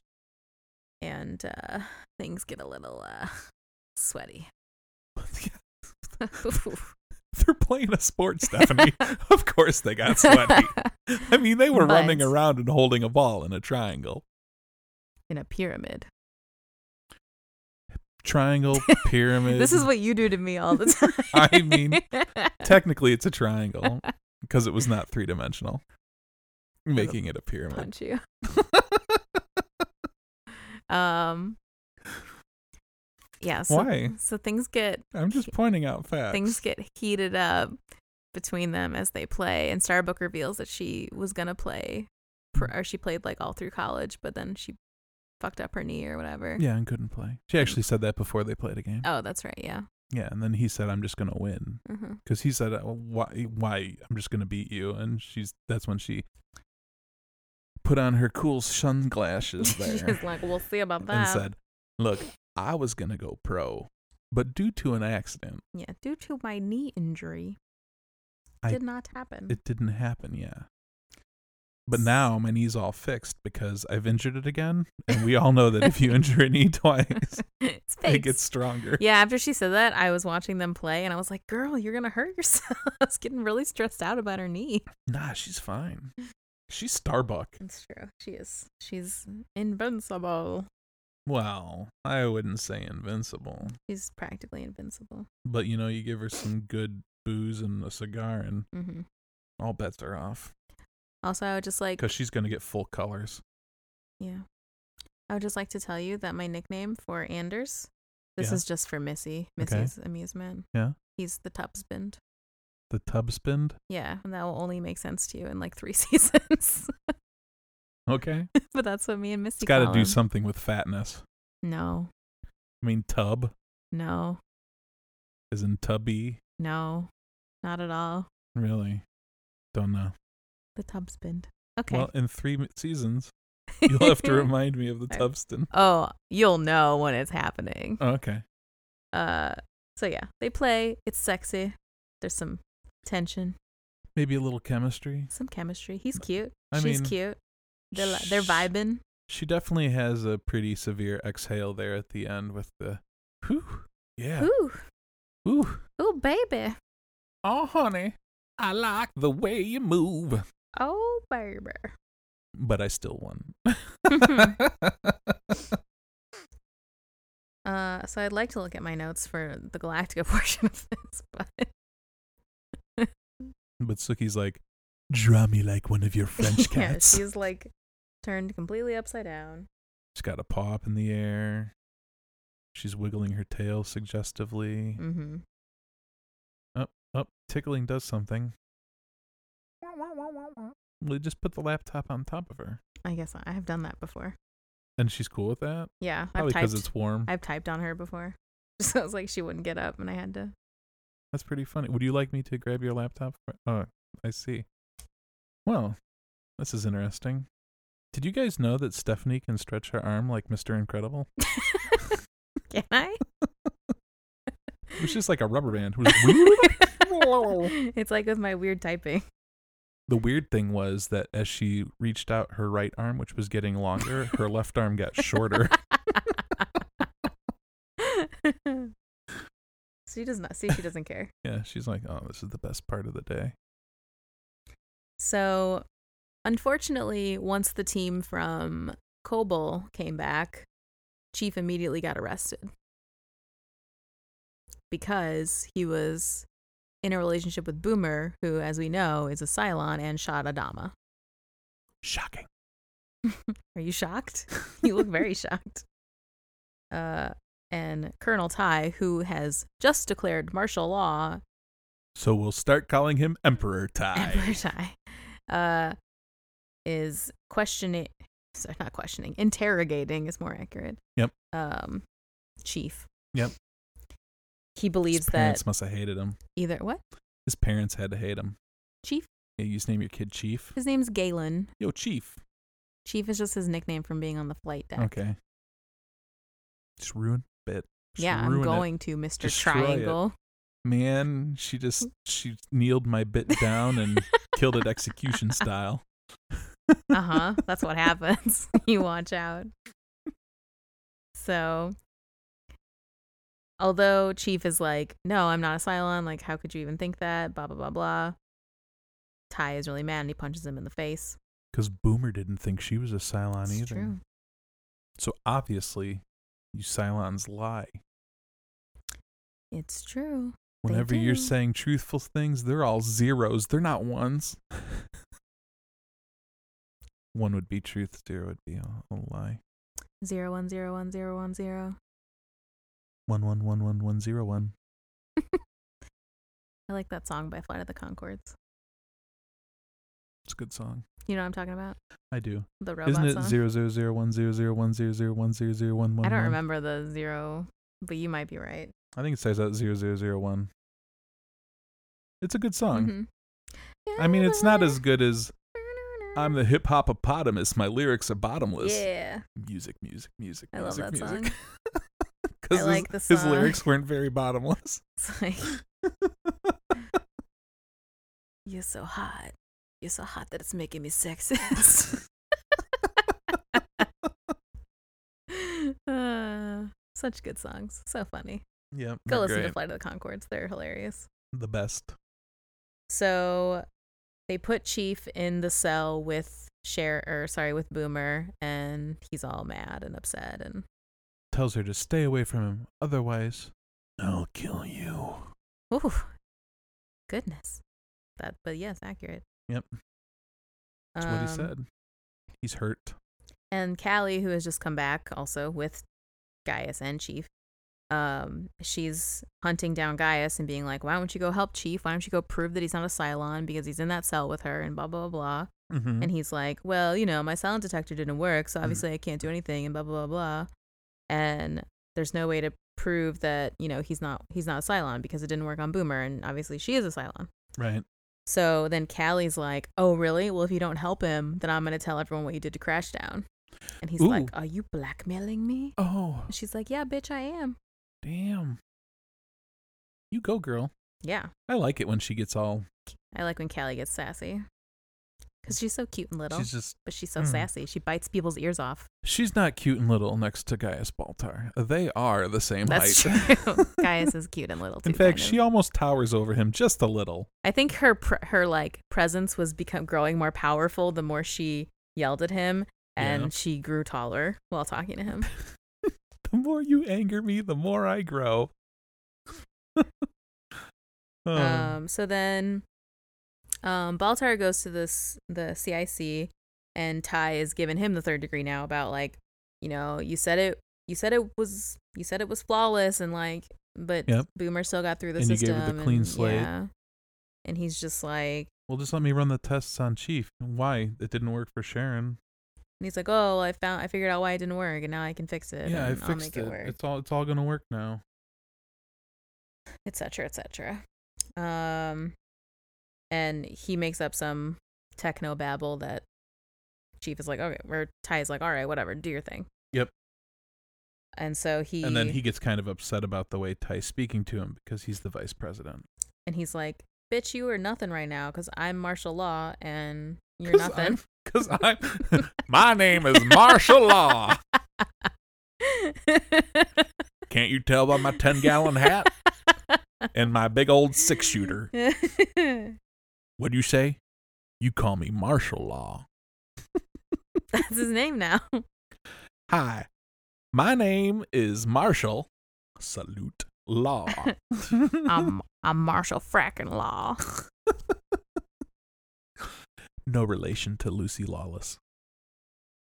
Speaker 2: And uh, things get a little uh, sweaty.
Speaker 1: they're playing a sport
Speaker 2: (laughs)
Speaker 1: stephanie of course they got sweaty I mean, they were
Speaker 2: But-
Speaker 1: running around and holding a ball in a triangle.
Speaker 2: (laughs) In a pyramid.
Speaker 1: Triangle, pyramid.
Speaker 2: (laughs) This is what you do to me all the (laughs) time.
Speaker 1: I mean, technically it's a
Speaker 2: (laughs)
Speaker 1: triangle because it was not three dimensional, making it a pyramid.
Speaker 2: punch you. um. Yeah. (laughs) So,
Speaker 1: Why?
Speaker 2: So things get
Speaker 1: I'm just pointing out facts.
Speaker 2: things get heated up between them as they play and starbuck reveals that she was going to play pr-
Speaker 1: Mm.
Speaker 2: or she played like all through college but then she fucked up her knee or whatever
Speaker 1: yeah, and couldn't play. She actually said that before they played a game.
Speaker 2: oh that's right yeah
Speaker 1: Yeah, and then he said, "I'm just gonna win,"
Speaker 2: hmm
Speaker 1: because he said, uh, "Why? Why? I'm just gonna beat you." And she's that's when she put on her cool sunglasses there.
Speaker 2: (laughs) she's like we'll see about that
Speaker 1: and said, "Look, I was gonna go pro, but due to an accident,
Speaker 2: yeah due to my knee injury
Speaker 1: I-
Speaker 2: did not happen
Speaker 1: it didn't happen. Yeah, but now my knee's all fixed because I've injured it again, and we all know that if you injure a knee (laughs) twice,
Speaker 2: (laughs) it's
Speaker 1: it
Speaker 2: fake
Speaker 1: gets stronger.
Speaker 2: yeah after she said that i was watching them play and i was like girl you're gonna hurt yourself (laughs) i was getting really stressed out about her knee
Speaker 1: Nah, she's fine. She's Starbuck.
Speaker 2: it's true she is she's invincible
Speaker 1: Well, I wouldn't say invincible,
Speaker 2: she's practically invincible
Speaker 1: but you know, you give her some good booze and a cigar, and
Speaker 2: hmm
Speaker 1: all bets are off
Speaker 2: Also, I would just like,
Speaker 1: because she's gonna get full colors.
Speaker 2: yeah, I would just like to tell you that my nickname for Anders, this
Speaker 1: Yeah.
Speaker 2: is just for Missy,
Speaker 1: Okay.
Speaker 2: Missy's amusement.
Speaker 1: Yeah.
Speaker 2: he's the Tubbsbind.
Speaker 1: The tub spinned.
Speaker 2: Yeah, and that will only make sense to you in like three (laughs) seasons. (laughs)
Speaker 1: Okay,
Speaker 2: but that's what me and Missy
Speaker 1: it's got to
Speaker 2: call
Speaker 1: do
Speaker 2: him.
Speaker 1: something with fatness.
Speaker 2: No,
Speaker 1: I mean, tub
Speaker 2: no,
Speaker 1: is in tubby.
Speaker 2: no, not at all.
Speaker 1: Really? Don't know.
Speaker 2: The Tubbsbind. Okay.
Speaker 1: Well, in three m-
Speaker 2: (laughs)
Speaker 1: seasons, you'll have to remind me of the
Speaker 2: Alright.
Speaker 1: Tubston.
Speaker 2: oh, you'll know when it's happening.
Speaker 1: Oh, okay.
Speaker 2: Uh, so yeah, they play. It's sexy. There's some tension,
Speaker 1: Maybe a little chemistry.
Speaker 2: some chemistry. He's cute.
Speaker 1: I
Speaker 2: She's
Speaker 1: mean,
Speaker 2: cute. They're li- they're
Speaker 1: sh-
Speaker 2: vibing.
Speaker 1: She definitely has a pretty severe exhale there at the end with the whew. Yeah.
Speaker 2: Ooh,
Speaker 1: Ooh.
Speaker 2: ooh, baby.
Speaker 1: Oh, honey. I like the way you move.
Speaker 2: Oh,
Speaker 1: (laughs)
Speaker 2: baby. (laughs)
Speaker 1: But I still won.
Speaker 2: Uh, so I'd like to look at my notes for the Galactica (laughs) portion of this, but
Speaker 1: (laughs) but Suki's like, draw me like one of your French
Speaker 2: (laughs) yeah,
Speaker 1: cats.
Speaker 2: she's like turned completely upside down.
Speaker 1: She's got a paw up in the air. She's wiggling her tail suggestively.
Speaker 2: Mm-hmm.
Speaker 1: Oh, tickling does something. We just put the laptop on top of her.
Speaker 2: I guess I have done that before.
Speaker 1: And she's cool with that?
Speaker 2: Yeah,
Speaker 1: Probably
Speaker 2: I've typed.
Speaker 1: because it's warm.
Speaker 2: I've typed on her before. (laughs) So it was like she wouldn't get up, and I had to. (laughs)
Speaker 1: That's pretty funny. Would you like me to grab your laptop? For- oh, I see. Well, this is interesting. Did you guys know that Stephanie can stretch her arm like Mr. Incredible?
Speaker 2: Can I?
Speaker 1: It was just like a rubber band.
Speaker 2: (laughs) it's like with my weird typing. (laughs)
Speaker 1: the weird thing was that as she reached out her right arm, which was getting longer, her left arm got
Speaker 2: (laughs)
Speaker 1: shorter.
Speaker 2: she does not see. She doesn't care.
Speaker 1: Yeah, she's like, oh, this is the best part of the day.
Speaker 2: So, unfortunately, once the team from Kobol came back, Chief immediately got arrested because he was in a relationship with Boomer, who, as we know, is a Cylon and shot Adama.
Speaker 1: Shocking.
Speaker 2: Are
Speaker 1: (laughs)
Speaker 2: you shocked? you look very shocked. Uh, and Colonel Ty, who has just declared martial law, (laughs)
Speaker 1: So we'll start calling him Emperor Ty.
Speaker 2: Emperor Ty, uh, is questioning. Sorry, not questioning. Interrogating is more accurate.
Speaker 1: Yep.
Speaker 2: Um, chief.
Speaker 1: Yep.
Speaker 2: He
Speaker 1: His
Speaker 2: believes that
Speaker 1: parents must have hated him.
Speaker 2: either what
Speaker 1: His parents had to hate him.
Speaker 2: chief.
Speaker 1: Yeah, you just name your kid
Speaker 2: (laughs)
Speaker 1: Chief.
Speaker 2: His name's Galen.
Speaker 1: Yo, Chief.
Speaker 2: Chief is just his nickname from being on the flight deck.
Speaker 1: Okay. Just ruin bit. Just
Speaker 2: Yeah, I'm
Speaker 1: ruin it.
Speaker 2: going to Mr.
Speaker 1: Destroy it.
Speaker 2: Triangle.
Speaker 1: Man, she
Speaker 2: (laughs)
Speaker 1: just she kneeled my bit down and killed it
Speaker 2: (laughs)
Speaker 1: execution style.
Speaker 2: Uh huh.
Speaker 1: (laughs)
Speaker 2: That's what happens. (laughs) you watch out. So, although Chief is like, no, I'm not a Cylon. Like, how could you even think that? Blah, blah, blah, blah. Ty is really mad and he punches him in the face.
Speaker 1: Because Boomer didn't think she was a Cylon
Speaker 2: It's
Speaker 1: either.
Speaker 2: true.
Speaker 1: So obviously, you Cylons lie.
Speaker 2: It's true. They
Speaker 1: Whenever you're
Speaker 2: do.
Speaker 1: saying truthful things, they're all zeros. They're not ones. (laughs) One would be truth, zero would be a, a lie.
Speaker 2: Zero one zero one zero one zero.
Speaker 1: One one one one one zero one.
Speaker 2: I like that song by Flight of the Concords.
Speaker 1: It's a good song.
Speaker 2: You know what I'm talking about?
Speaker 1: I do.
Speaker 2: The robot
Speaker 1: Isn't it
Speaker 2: song.
Speaker 1: zero zero zero one zero zero one zero zero one zero zero one one?
Speaker 2: I don't
Speaker 1: one?
Speaker 2: remember the zero, but you might be right.
Speaker 1: I think it says out zero zero zero one. It's a good song.
Speaker 2: Mhm.
Speaker 1: I mean, it's not
Speaker 2: (laughs)
Speaker 1: as good as "I'm the hip hop hippopotamus." My lyrics are bottomless.
Speaker 2: Yeah.
Speaker 1: Music, music, music,
Speaker 2: I love
Speaker 1: music,
Speaker 2: that
Speaker 1: music.
Speaker 2: song.
Speaker 1: Because
Speaker 2: I like the
Speaker 1: his,
Speaker 2: song.
Speaker 1: lyrics weren't very bottomless.
Speaker 2: (laughs)
Speaker 1: (laughs)
Speaker 2: It's like, you're so hot. You're so hot that it's making me
Speaker 1: (laughs)
Speaker 2: sexist. (laughs) uh, such good songs. So funny.
Speaker 1: yeah,
Speaker 2: Go
Speaker 1: they're
Speaker 2: listen to
Speaker 1: great.
Speaker 2: Flight of the Concords. They're hilarious.
Speaker 1: the best.
Speaker 2: So they put Chief in the cell with Cher or sorry, with Boomer, and he's all mad and upset and
Speaker 1: Tells her to stay away from him, otherwise, I'll kill you.
Speaker 2: Ooh, goodness. That, but yes, accurate.
Speaker 1: Yep. That's what he
Speaker 2: Um,
Speaker 1: said. He's hurt.
Speaker 2: And Callie, who has just come back, also with Gaius and Chief, um, she's hunting down Gaius and being like, "Why don't you go help Chief? Why don't you go prove that he's not a Cylon because he's in that cell with her?" And blah blah blah.
Speaker 1: Mm-hmm.
Speaker 2: And he's like, "Well, you know, my Cylon detector didn't work, so obviously I can't do anything." And blah blah blah blah. And there's no way to prove that you know he's not he's not a Cylon because it didn't work on Boomer, and obviously she is a Cylon.
Speaker 1: right.
Speaker 2: So then Callie's like, "Oh, really? Well, if you don't help him, then I'm gonna tell everyone what you did to Crashdown." And he's like,
Speaker 1: Ooh.
Speaker 2: "Are you blackmailing me?"
Speaker 1: Oh,
Speaker 2: And she's like, "Yeah, bitch, I am."
Speaker 1: damn. You go, girl.
Speaker 2: Yeah,
Speaker 1: I like it when she gets all.
Speaker 2: I like when Callie gets sassy because she's so cute and little,
Speaker 1: She's just.
Speaker 2: but she's so
Speaker 1: Mm.
Speaker 2: sassy. She bites people's ears off.
Speaker 1: She's not cute and little next to Gaius Baltar. They are the same
Speaker 2: That's
Speaker 1: height. (laughs)
Speaker 2: true. (laughs) Gaius is cute and little too.
Speaker 1: In fact,
Speaker 2: kind of.
Speaker 1: she almost towers over him just a little.
Speaker 2: I think her pr- her like presence was become growing more powerful the more she yelled at him, and
Speaker 1: Yeah.
Speaker 2: she grew taller while talking to him.
Speaker 1: The more you anger me, the more I grow. (laughs) Oh,
Speaker 2: Um, so then um, Baltar goes to this the CIC, and Ty is giving him the third degree now about like, you know, you said it, you said it was, you said it was flawless, and like, but
Speaker 1: Yep.
Speaker 2: Boomer still got through the
Speaker 1: And you
Speaker 2: system.
Speaker 1: gave her the clean
Speaker 2: and,
Speaker 1: slate.
Speaker 2: Yeah. And he's just like,
Speaker 1: well, just let me run the tests on Chief. Why it didn't work for Sharon?
Speaker 2: and he's like, oh, well, I found, I figured out why it didn't work, and now I can fix it.
Speaker 1: yeah, I
Speaker 2: and I'll
Speaker 1: fixed
Speaker 2: make
Speaker 1: it.
Speaker 2: it, work.
Speaker 1: It's all it's all gonna work now.
Speaker 2: etc etc um and he makes up some techno babble that chief is like okay or ty is like all right whatever do your thing
Speaker 1: Yep.
Speaker 2: and so he
Speaker 1: And then he gets kind of upset about the way Ty's speaking to him because he's the vice president.
Speaker 2: and he's like bitch you are nothing right now because i'm martial law and you're
Speaker 1: 'Cause
Speaker 2: nothing
Speaker 1: Because I'm, (laughs) my name is martial law. Can't you tell by my ten gallon hat and my big old (laughs) six
Speaker 2: (laughs)
Speaker 1: shooter? What do you say? You call me martial law.
Speaker 2: that's his name now
Speaker 1: Hi, My name is Marshall. Salute
Speaker 3: (laughs)
Speaker 1: Law.
Speaker 2: (laughs)
Speaker 3: I'm I'm Marshall Frackin Law.
Speaker 1: no relation to Lucy Lawless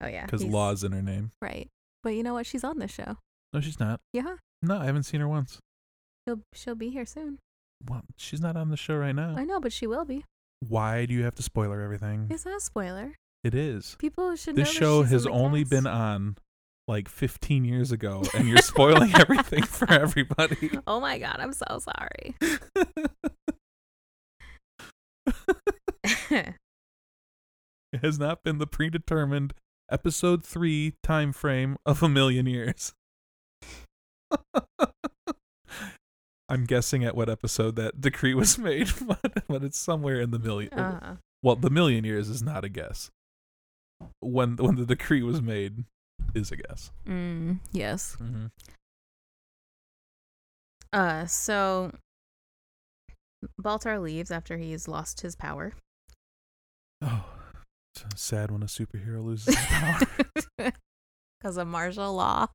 Speaker 2: Oh yeah.
Speaker 1: because
Speaker 2: he's-
Speaker 1: Law is in her name.
Speaker 3: Right. But you know what? She's on this show.
Speaker 1: No, she's not.
Speaker 3: Yeah.
Speaker 1: No, I haven't seen her once.
Speaker 3: She'll she'll be here soon.
Speaker 1: Well, she's not on the show right now.
Speaker 3: I know, but she will be.
Speaker 1: Why do you have to spoiler everything?
Speaker 3: It's not a spoiler.
Speaker 1: It is.
Speaker 3: People should
Speaker 1: This
Speaker 3: know that
Speaker 1: show
Speaker 3: she's in
Speaker 1: has
Speaker 3: the
Speaker 1: only
Speaker 3: cast.
Speaker 1: been on like 15 years ago, and you're spoiling everything for everybody. (laughs)
Speaker 3: Oh my god, I'm so
Speaker 2: (laughs)
Speaker 3: sorry.
Speaker 1: It has not been the predetermined episode three time frame of a million years. (laughs) I'm guessing at what episode that decree was made, (laughs) but, but it's somewhere in the million.
Speaker 2: uh-huh.
Speaker 1: Well, the million years is not a guess. When when the decree was made is a guess.
Speaker 3: Mm, yes.
Speaker 1: Mm-hmm.
Speaker 2: Uh, so Baltar leaves after he's lost his power.
Speaker 1: Oh, it's sad when a superhero loses his
Speaker 3: (laughs)
Speaker 1: power. (laughs)
Speaker 3: Because of martial law.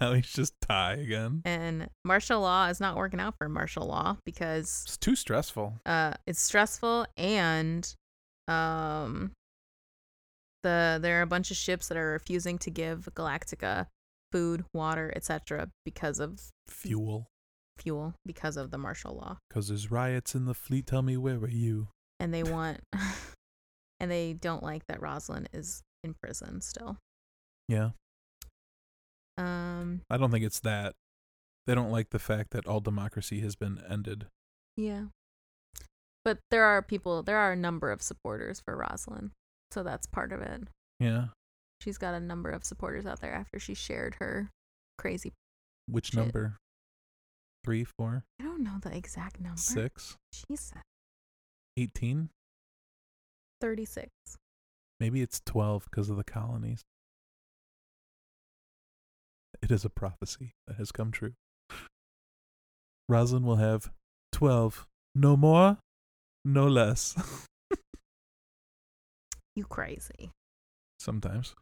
Speaker 1: now he's just tie again.
Speaker 2: And martial law is not working out for martial law because
Speaker 1: It's too stressful.
Speaker 2: uh it's stressful and um the there are a bunch of ships that are refusing to give Galactica food, water, etc. because of
Speaker 1: Fuel.
Speaker 2: fuel because of the martial law.
Speaker 1: Because there's riots in the fleet. Tell me, where were you?
Speaker 2: and they
Speaker 3: (laughs)
Speaker 2: want and they don't like that Rosalind is in prison still.
Speaker 1: Yeah.
Speaker 2: Um
Speaker 1: I don't think it's that. They don't like the fact that all democracy has been ended.
Speaker 2: yeah.
Speaker 3: But there are people, there are a number of supporters for Rosalind. So that's part of it.
Speaker 1: Yeah.
Speaker 3: She's got a number of supporters out there after she shared her crazy.
Speaker 1: Which
Speaker 3: Shit.
Speaker 1: number? Three, four,
Speaker 3: I don't know the exact number.
Speaker 1: six,
Speaker 3: Jesus.
Speaker 1: 18?
Speaker 2: 36.
Speaker 1: Maybe it's 12 because of the colonies. It is a prophecy that has come true. Rosalind will have 12. No more, no less. (laughs)
Speaker 2: You crazy.
Speaker 1: Sometimes.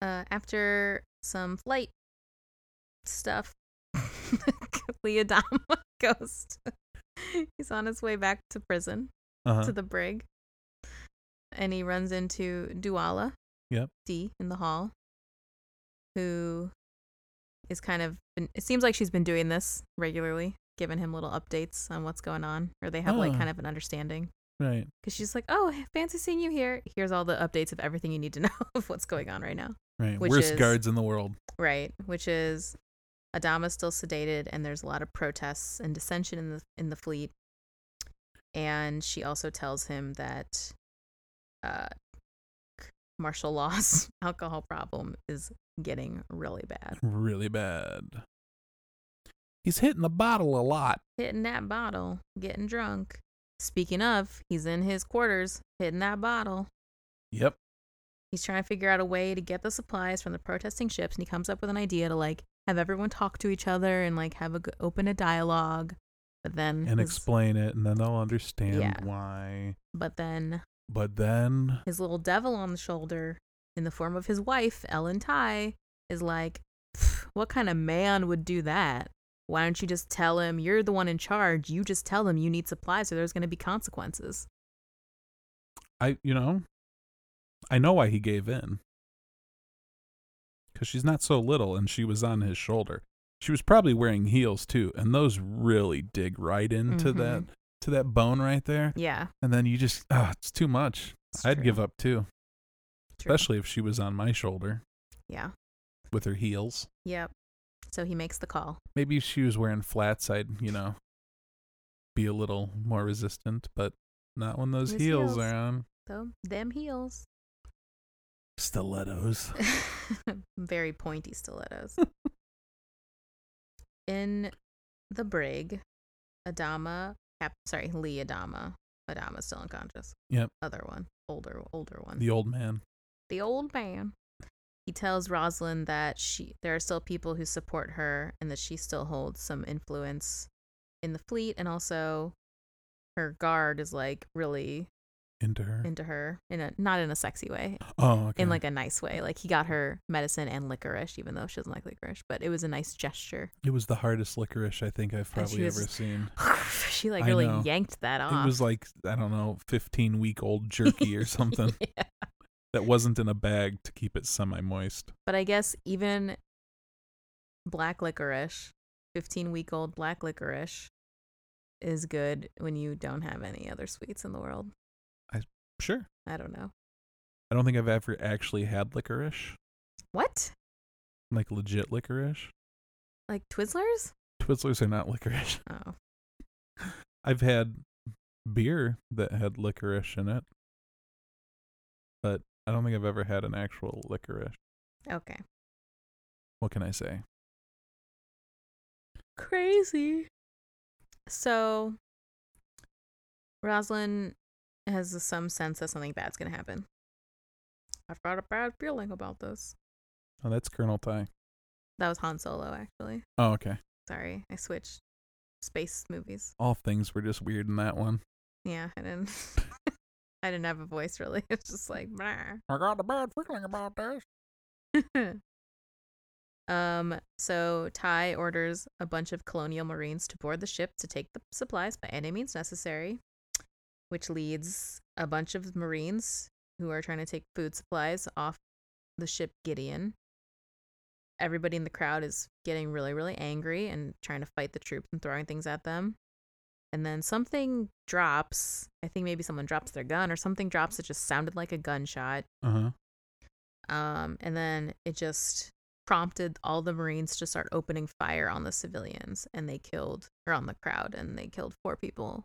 Speaker 2: Uh after some flight stuff (laughs) Leodama (laughs) goes to- he's on his way back to prison
Speaker 1: Uh-huh.
Speaker 2: to the brig. And he runs into Duala.
Speaker 1: Yep.
Speaker 2: D in the hall. Who is kind of been, it seems like she's been doing this regularly, giving him little updates on what's going on or they have like
Speaker 1: Oh.
Speaker 2: kind of an understanding
Speaker 1: right.
Speaker 2: cuz she's like, "Oh, fancy seeing you here. Here's all the updates of everything you need to (laughs) know of what's going on right now."
Speaker 1: Right.
Speaker 2: Which
Speaker 1: Worst
Speaker 2: is-
Speaker 1: guards in the world.
Speaker 2: Right, which is Adama's still sedated and there's a lot of protests and dissension in the in the fleet. And she also tells him that uh martial law's (laughs) alcohol problem is getting really bad.
Speaker 1: Really bad. He's hitting the bottle a lot.
Speaker 2: Hitting that bottle, getting drunk. Speaking of, he's in his quarters, hitting that bottle.
Speaker 1: Yep.
Speaker 2: He's trying to figure out a way to get the supplies from the protesting ships, and he comes up with an idea to like have everyone talk to each other and like have a g- open a dialogue. But then,
Speaker 1: and
Speaker 2: his-
Speaker 1: explain it, and then they'll understand
Speaker 2: Mm-hmm. Yeah.
Speaker 1: why.
Speaker 2: but then
Speaker 1: But then,
Speaker 2: his little devil on the shoulder, in the form of his wife Ellen Ty, is like, "Pff, "What kind of man would do that? Why don't you just tell him you're the one in charge? You just tell him you need supplies, or there's going to be consequences."
Speaker 1: I, you know, I know why he gave in. Because she's not so little, and she was on his shoulder. She was probably wearing heels too, and those really dig right into
Speaker 2: Mhm.
Speaker 1: that to that bone right there.
Speaker 2: Yeah,
Speaker 1: And then you just, ah, it's too much.
Speaker 2: it's
Speaker 1: I'd
Speaker 2: true.
Speaker 1: give up too,
Speaker 2: True.
Speaker 1: especially if she was on my shoulder
Speaker 2: Yeah.
Speaker 1: with her heels.
Speaker 2: Yep. So he makes the call.
Speaker 1: Maybe if she was wearing flats, I'd, you know, be a little more resistant, but not when those
Speaker 2: Those
Speaker 1: heels,
Speaker 2: heels.
Speaker 1: are on.
Speaker 2: So them heels.
Speaker 1: Stilettos.
Speaker 2: (laughs) very
Speaker 1: (laughs)
Speaker 2: pointy stilettos. In the brig, Adama, Cap, sorry, Lee Adama. Adama's still unconscious.
Speaker 1: Yep.
Speaker 2: Other one, older, older one. The,
Speaker 1: The old man.
Speaker 2: old man. He tells Rosalind that she there are still people who support her and that she still holds some influence in the fleet and also her guard is like really
Speaker 1: into her.
Speaker 2: into her in a not in a sexy way,
Speaker 1: oh, okay.
Speaker 2: in like a nice way. Like he got her medicine and licorice, even though she doesn't like licorice, but it was a nice gesture.
Speaker 1: it was the hardest licorice I think I've
Speaker 2: And she
Speaker 1: probably
Speaker 2: was-
Speaker 1: ever seen.
Speaker 2: she
Speaker 1: (laughs)
Speaker 2: like
Speaker 1: I
Speaker 2: really
Speaker 1: know.
Speaker 2: yanked that off.
Speaker 1: It was like I don't know, fifteen week old jerky or something
Speaker 2: Yeah.
Speaker 1: that wasn't in a bag to keep it semi moist.
Speaker 2: But I guess even black licorice, 15 week old black licorice, is good when you don't have any other sweets in the world.
Speaker 1: Sure.
Speaker 2: I don't know.
Speaker 1: I don't think I've ever actually had licorice,
Speaker 2: What?
Speaker 1: like legit licorice.
Speaker 2: Like Twizzlers?
Speaker 1: Twizzlers are not (laughs) licorice.
Speaker 2: Oh.
Speaker 1: I've had beer that had licorice in it, but I don't think I've ever had an actual licorice.
Speaker 2: Okay.
Speaker 1: What can I say?
Speaker 2: Crazy. So Rosalind has some sense that something bad's going to happen. I've got a bad feeling about this.
Speaker 1: Oh, that's Colonel Ty.
Speaker 2: That was Han Solo, actually.
Speaker 1: Oh, okay.
Speaker 2: Sorry, I switched space movies.
Speaker 1: All things were just weird in that one.
Speaker 2: Yeah, I didn't. (laughs) I didn't have a voice really. (laughs) It's just like, "Brr."
Speaker 1: I got a bad feeling about this.
Speaker 2: (laughs) um. So Ty orders a bunch of colonial marines to board the ship to take the supplies by any means necessary, which leads a bunch of marines who are trying to take food supplies off the ship Gideon. Everybody in the crowd is getting really, really angry and trying to fight the troops and throwing things at them. And then something drops. I think maybe someone drops their gun or something drops that just sounded like a gunshot
Speaker 1: Uh huh.
Speaker 2: um, and then it just prompted all the marines to start opening fire on the civilians and they killed or on the crowd and they killed four people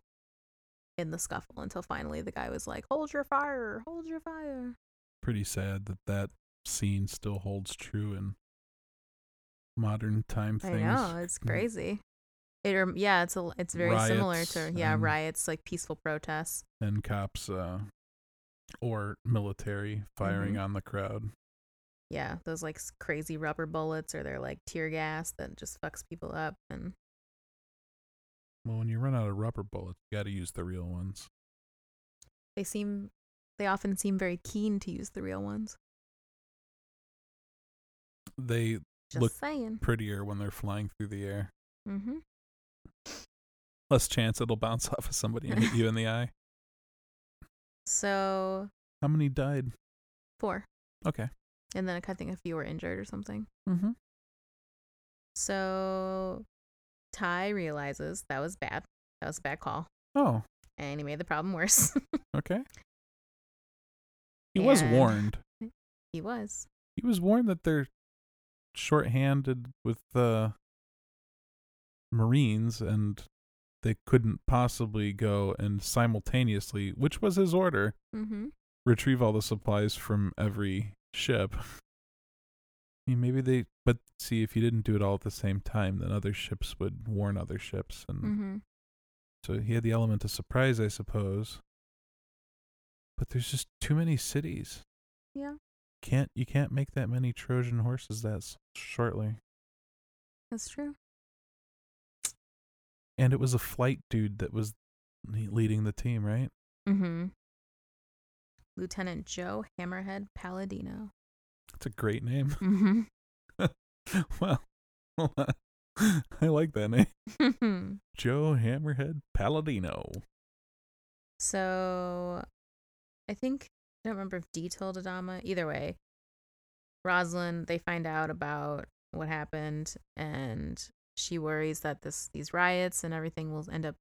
Speaker 2: in the scuffle until finally the guy was like hold your fire hold your fire
Speaker 1: Pretty sad that that scene still holds true in modern time
Speaker 2: i
Speaker 1: things. mm.
Speaker 2: know it's crazy it rem- yeah it's a it's very similar to
Speaker 1: Riots
Speaker 2: yeah
Speaker 1: and-
Speaker 2: riots like peaceful protests
Speaker 1: And cops uh, or military firing
Speaker 2: Mm-hmm.
Speaker 1: on the crowd.
Speaker 2: yeah those like s- crazy rubber bullets or they're like tear gas that just fucks people up and
Speaker 1: Well, when you run out of rubber bullets, you got to use the real ones.
Speaker 2: they seem they often seem very keen to use the real ones
Speaker 1: They
Speaker 2: just
Speaker 1: Look-
Speaker 2: saying
Speaker 1: prettier when they're flying through the air.
Speaker 2: mm-hmm
Speaker 1: Less chance it'll bounce (laughs) off of somebody and hit you in the eye.
Speaker 2: So
Speaker 1: How many died?
Speaker 2: four, (laughs)
Speaker 1: Okay.
Speaker 2: and then I think a few were injured or something.
Speaker 1: Mm-hmm.
Speaker 2: So Ty realizes that was bad. That was a bad call,
Speaker 1: Oh,
Speaker 2: and he made the problem worse. (laughs)
Speaker 1: okay. He was
Speaker 2: And-
Speaker 1: warned.
Speaker 2: he was.
Speaker 1: He was warned that they're shorthanded with uh, Marines and they couldn't possibly go and simultaneously, which was his order,
Speaker 2: Mm-hmm.
Speaker 1: retrieve all the supplies from every ship. I mean, maybe they, but see, if you didn't do it all at the same time, then other ships would warn other ships, and
Speaker 2: Mm-hmm.
Speaker 1: so he had the element of surprise, I suppose. But there's just too many cities.
Speaker 2: Yeah,
Speaker 1: Can't you can't make that many Trojan horses that s- shortly?
Speaker 2: that's true.
Speaker 1: And it was a flight dude that was le- leading the team, right?
Speaker 2: Mm-hmm. Lieutenant Joe Hammerhead Palladino.
Speaker 1: It's a great name. (laughs)
Speaker 2: Mm-hmm. (laughs)
Speaker 1: wow, (laughs) I like that name, Joe Hammerhead Palladino.
Speaker 2: So I think I don't remember if D told Adama. Either way, Rosalind, they find out about what happened and she worries that this these riots and everything will end up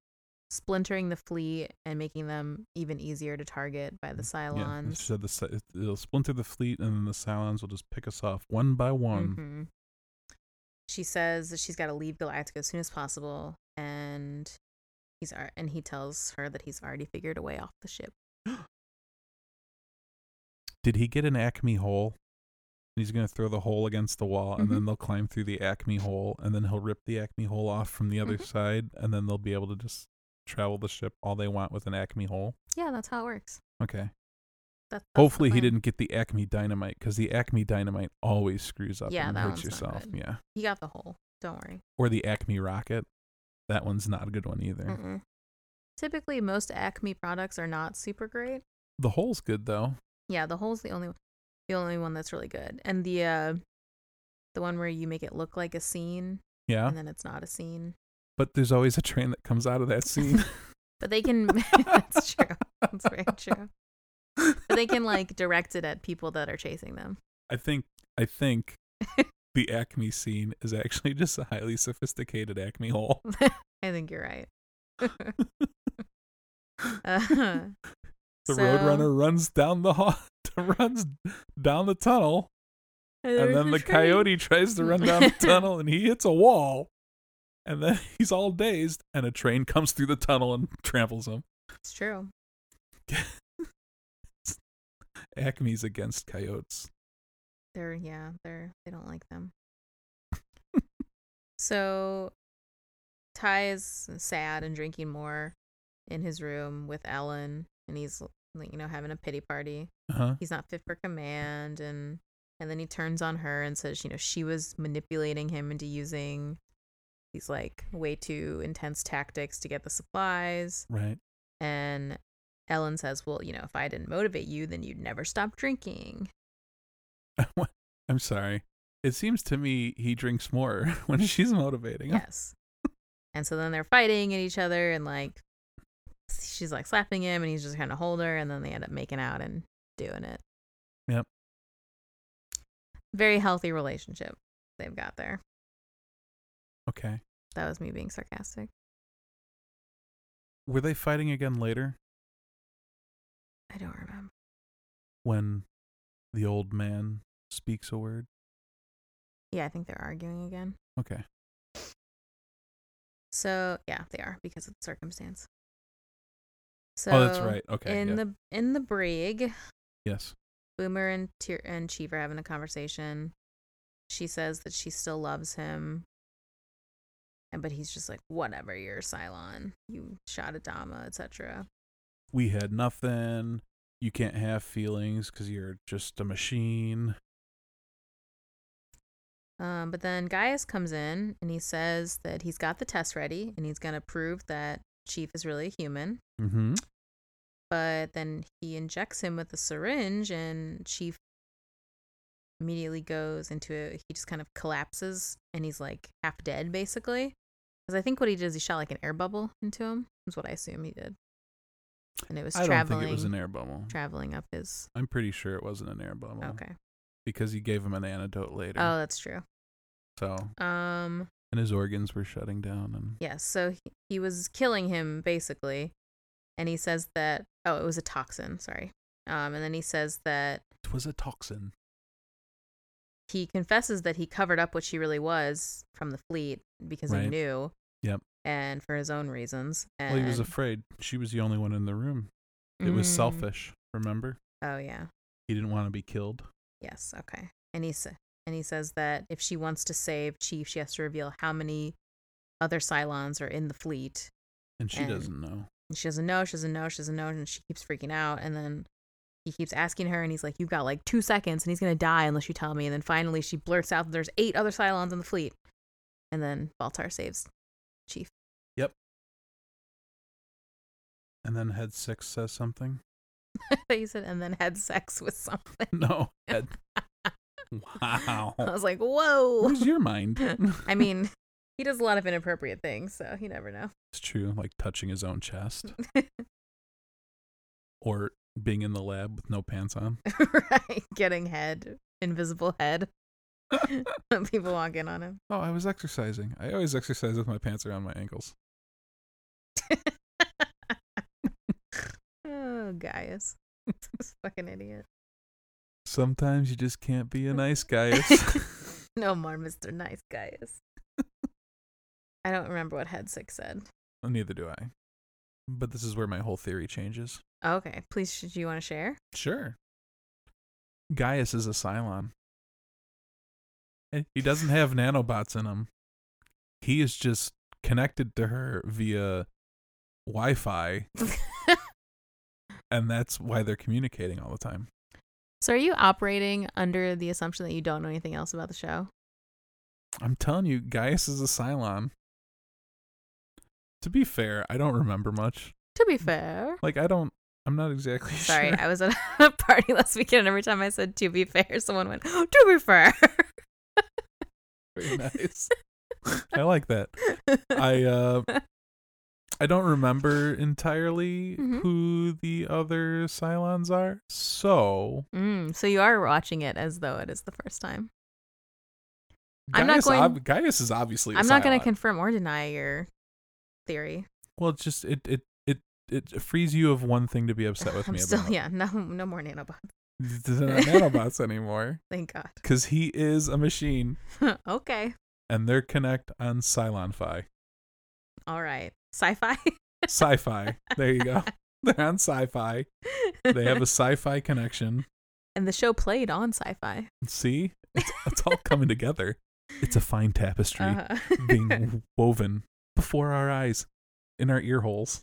Speaker 2: splintering the fleet and making them even easier to target by the
Speaker 1: Yeah, she
Speaker 2: Cylons.
Speaker 1: said the, Cy- it'll splinter the fleet, and then the Cylons will just pick us off one by one.
Speaker 2: Mhm. She says that she's got to leave Galactica as soon as possible and he's ar- and he tells her that he's already figured a way off the ship.
Speaker 1: Did he get an Acme hole? And he's going to throw the hole against the wall, and
Speaker 2: Mm-hmm.
Speaker 1: then they'll climb through the Acme hole, and then he'll rip the Acme hole off from the other
Speaker 2: Mhm.
Speaker 1: side, and then they'll be able to just travel the ship all they want with an Acme hole.
Speaker 2: Yeah, that's how it works.
Speaker 1: Okay.
Speaker 2: That's, that's the
Speaker 1: Hopefully he
Speaker 2: plan.
Speaker 1: didn't get the Acme dynamite because the Acme dynamite always screws up
Speaker 2: Yeah,
Speaker 1: and
Speaker 2: that
Speaker 1: hurts
Speaker 2: one's not
Speaker 1: yourself.
Speaker 2: good.
Speaker 1: Yeah.
Speaker 2: He got the hole. Don't worry.
Speaker 1: Or the Acme rocket.
Speaker 2: Mm.
Speaker 1: That one's not a good one either.
Speaker 2: Mm-mm. Typically, most Acme products are not super great,
Speaker 1: The hole's good though.
Speaker 2: Yeah, the hole's the only the only one that's really good. And the uh the one where you make it look like a scene
Speaker 1: Yeah.
Speaker 2: and then it's not a scene.
Speaker 1: But there's always a train that comes out of
Speaker 2: (laughs)
Speaker 1: that scene.
Speaker 2: But they can (laughs) that's true. That's
Speaker 1: (laughs)
Speaker 2: very true. But they can like direct it at people that are chasing them.
Speaker 1: I think I think the Acme scene is actually just a highly sophisticated Acme hole.
Speaker 2: I think
Speaker 1: (laughs)
Speaker 2: you're right. (laughs) Uh-huh. Uh,
Speaker 1: The
Speaker 2: so-
Speaker 1: Roadrunner runs down the hall, (laughs) runs down the tunnel,
Speaker 2: There's
Speaker 1: and then
Speaker 2: a
Speaker 1: the
Speaker 2: train.
Speaker 1: coyote tries to run down the tunnel, and he hits a wall, and then (laughs) he's all dazed, and a train comes through the tunnel and (laughs) tramples him.
Speaker 2: It's true.
Speaker 1: Acme's against coyotes.
Speaker 2: They're yeah, they're they don't like them. so Ty is sad and drinking more in his room with Ellen and he's like, you know having a pity party.
Speaker 1: Uh huh.
Speaker 2: He's not fit for command and and then he turns on her and says, you know, she was manipulating him into using these like way too intense tactics to get the supplies.
Speaker 1: Right. (laughs)
Speaker 2: And Ellen says, well, you know, if I didn't motivate you, then you'd never stop drinking.
Speaker 1: I'm sorry. It seems to me he drinks more (laughs) when she's motivating him.
Speaker 2: Yes. and so then they're fighting at each other and like she's like slapping him and he's just kind of hold her and then they end up making out and doing it.
Speaker 1: Yep.
Speaker 2: Very healthy relationship they've got there.
Speaker 1: Okay.
Speaker 2: That was me being sarcastic.
Speaker 1: Were they fighting again later
Speaker 2: I don't remember.
Speaker 1: when the old man speaks a word?
Speaker 2: Yeah, I think they're arguing again.
Speaker 1: Okay.
Speaker 2: So yeah, they are because of the circumstance. So
Speaker 1: oh, that's right. Okay.
Speaker 2: in
Speaker 1: yeah.
Speaker 2: the in the brig,
Speaker 1: yes.
Speaker 2: Boomer and Tier and Cheever having a conversation. She says that she still loves him. And but he's just like, whatever, you're a Cylon. You shot at Dama, etc.
Speaker 1: We had nothing. You can't have feelings because you're just a machine.
Speaker 2: Um, but then Gaius comes in and he says that he's got the test ready and he's gonna prove that Chief is really human.
Speaker 1: Mm hmm.
Speaker 2: But then he injects him with a syringe and Chief immediately goes into a he just kind of collapses and he's like half dead basically. Because I think what he did is he shot like an air bubble into him. Is what I assume he did. And it was
Speaker 1: I don't
Speaker 2: traveling
Speaker 1: think it was an air bubble.
Speaker 2: traveling up his
Speaker 1: I'm pretty sure it wasn't an air bubble.
Speaker 2: okay.
Speaker 1: Because he gave him an antidote later.
Speaker 2: Oh, that's true.
Speaker 1: So,
Speaker 2: Um
Speaker 1: and his organs were shutting down. And
Speaker 2: yes, so he, he was killing him basically. And he says that oh, it was a toxin, sorry. Um and then he says that
Speaker 1: it was a toxin.
Speaker 2: he confesses that he covered up what she really was from the fleet because he
Speaker 1: Right.
Speaker 2: knew.
Speaker 1: Yep.
Speaker 2: And for his own reasons. And,
Speaker 1: Well, he was afraid. She was the only one in the room. It was
Speaker 2: Mm.
Speaker 1: selfish, remember?
Speaker 2: Oh yeah.
Speaker 1: He didn't want to be killed.
Speaker 2: Yes. Okay. And he sa- and he says that if she wants to save Chief, she has to reveal how many other Cylons are in the fleet.
Speaker 1: And she
Speaker 2: And-
Speaker 1: doesn't know.
Speaker 2: And she doesn't know. She doesn't know. She doesn't know. And she keeps freaking out. And then he keeps asking her, and he's like, "You've got like two seconds, and he's gonna die unless you tell me." And then finally, she blurts out that there's eight other Cylons in the fleet. And then Baltar saves Chief.
Speaker 1: And then Head Six says something.
Speaker 2: that you said, and then had sex with something. (laughs)
Speaker 1: (laughs) No. Head. (laughs) wow.
Speaker 2: I was
Speaker 1: (laughs)
Speaker 2: like, whoa.
Speaker 1: Where's your mind?
Speaker 2: I mean, he does a lot of inappropriate things, so you never know. (laughs)
Speaker 1: It's true, like touching his own (laughs) chest or being in the lab with no pants on.
Speaker 2: right? Getting head, invisible head. (laughs) when People walk in on him. (laughs)
Speaker 1: Oh, I was exercising. I always exercise with my pants around my ankles.
Speaker 2: Oh, Gaius. This fucking idiot.
Speaker 1: Sometimes you just can't be a nice (laughs) guy.
Speaker 2: (laughs) no more Mr. Nice Gaius. I don't remember what head six said.
Speaker 1: Neither do I. But this is where my whole theory changes.
Speaker 2: Okay, please, should you want to share?
Speaker 1: Sure. Gaius is a Cylon. And He doesn't have nanobots in him. He is just connected to her via Wi Fi, and that's why they're communicating all the time.
Speaker 2: so, are you operating under the assumption that you don't know anything else about the show?
Speaker 1: I'm telling you, Gaius is a Cylon. To be fair, I don't remember much.
Speaker 2: To be fair,
Speaker 1: Like I don't I'm not exactly (laughs)
Speaker 2: (laughs) Sorry,
Speaker 1: sure.
Speaker 2: I was at a party last weekend, and every time I said "to be fair," someone went "Oh, "to be fair."
Speaker 1: Very nice.
Speaker 2: (laughs)
Speaker 1: I like that. I uh I don't remember entirely
Speaker 2: Mhm.
Speaker 1: who the other Cylons are. So
Speaker 2: Mm, so you are watching it as though it is the first time.
Speaker 1: Gaius,
Speaker 2: I'm not going-
Speaker 1: ob- Gaius is obviously. i
Speaker 2: I'm not going
Speaker 1: going
Speaker 2: to confirm or deny your theory.
Speaker 1: well, it's just it it it it frees you of one thing to be upset with
Speaker 2: (laughs) I'm
Speaker 1: me
Speaker 2: still,
Speaker 1: about.
Speaker 2: yeah, no, no more nanobots.
Speaker 1: They're not nanobots
Speaker 2: (laughs)
Speaker 1: anymore
Speaker 2: Thank God.
Speaker 1: because he is a machine,
Speaker 2: okay,
Speaker 1: and they're connect on Cylon-fi,
Speaker 2: all right. Sci-fi. (laughs)
Speaker 1: sci-fi. there you go. (laughs) They're on sci-fi. They have a sci-fi connection.
Speaker 2: and the show played on Sci-fi.
Speaker 1: See, it's, it's all coming together. It's a fine tapestry
Speaker 2: Uh-huh. (laughs)
Speaker 1: being woven before our eyes, in our ear holes.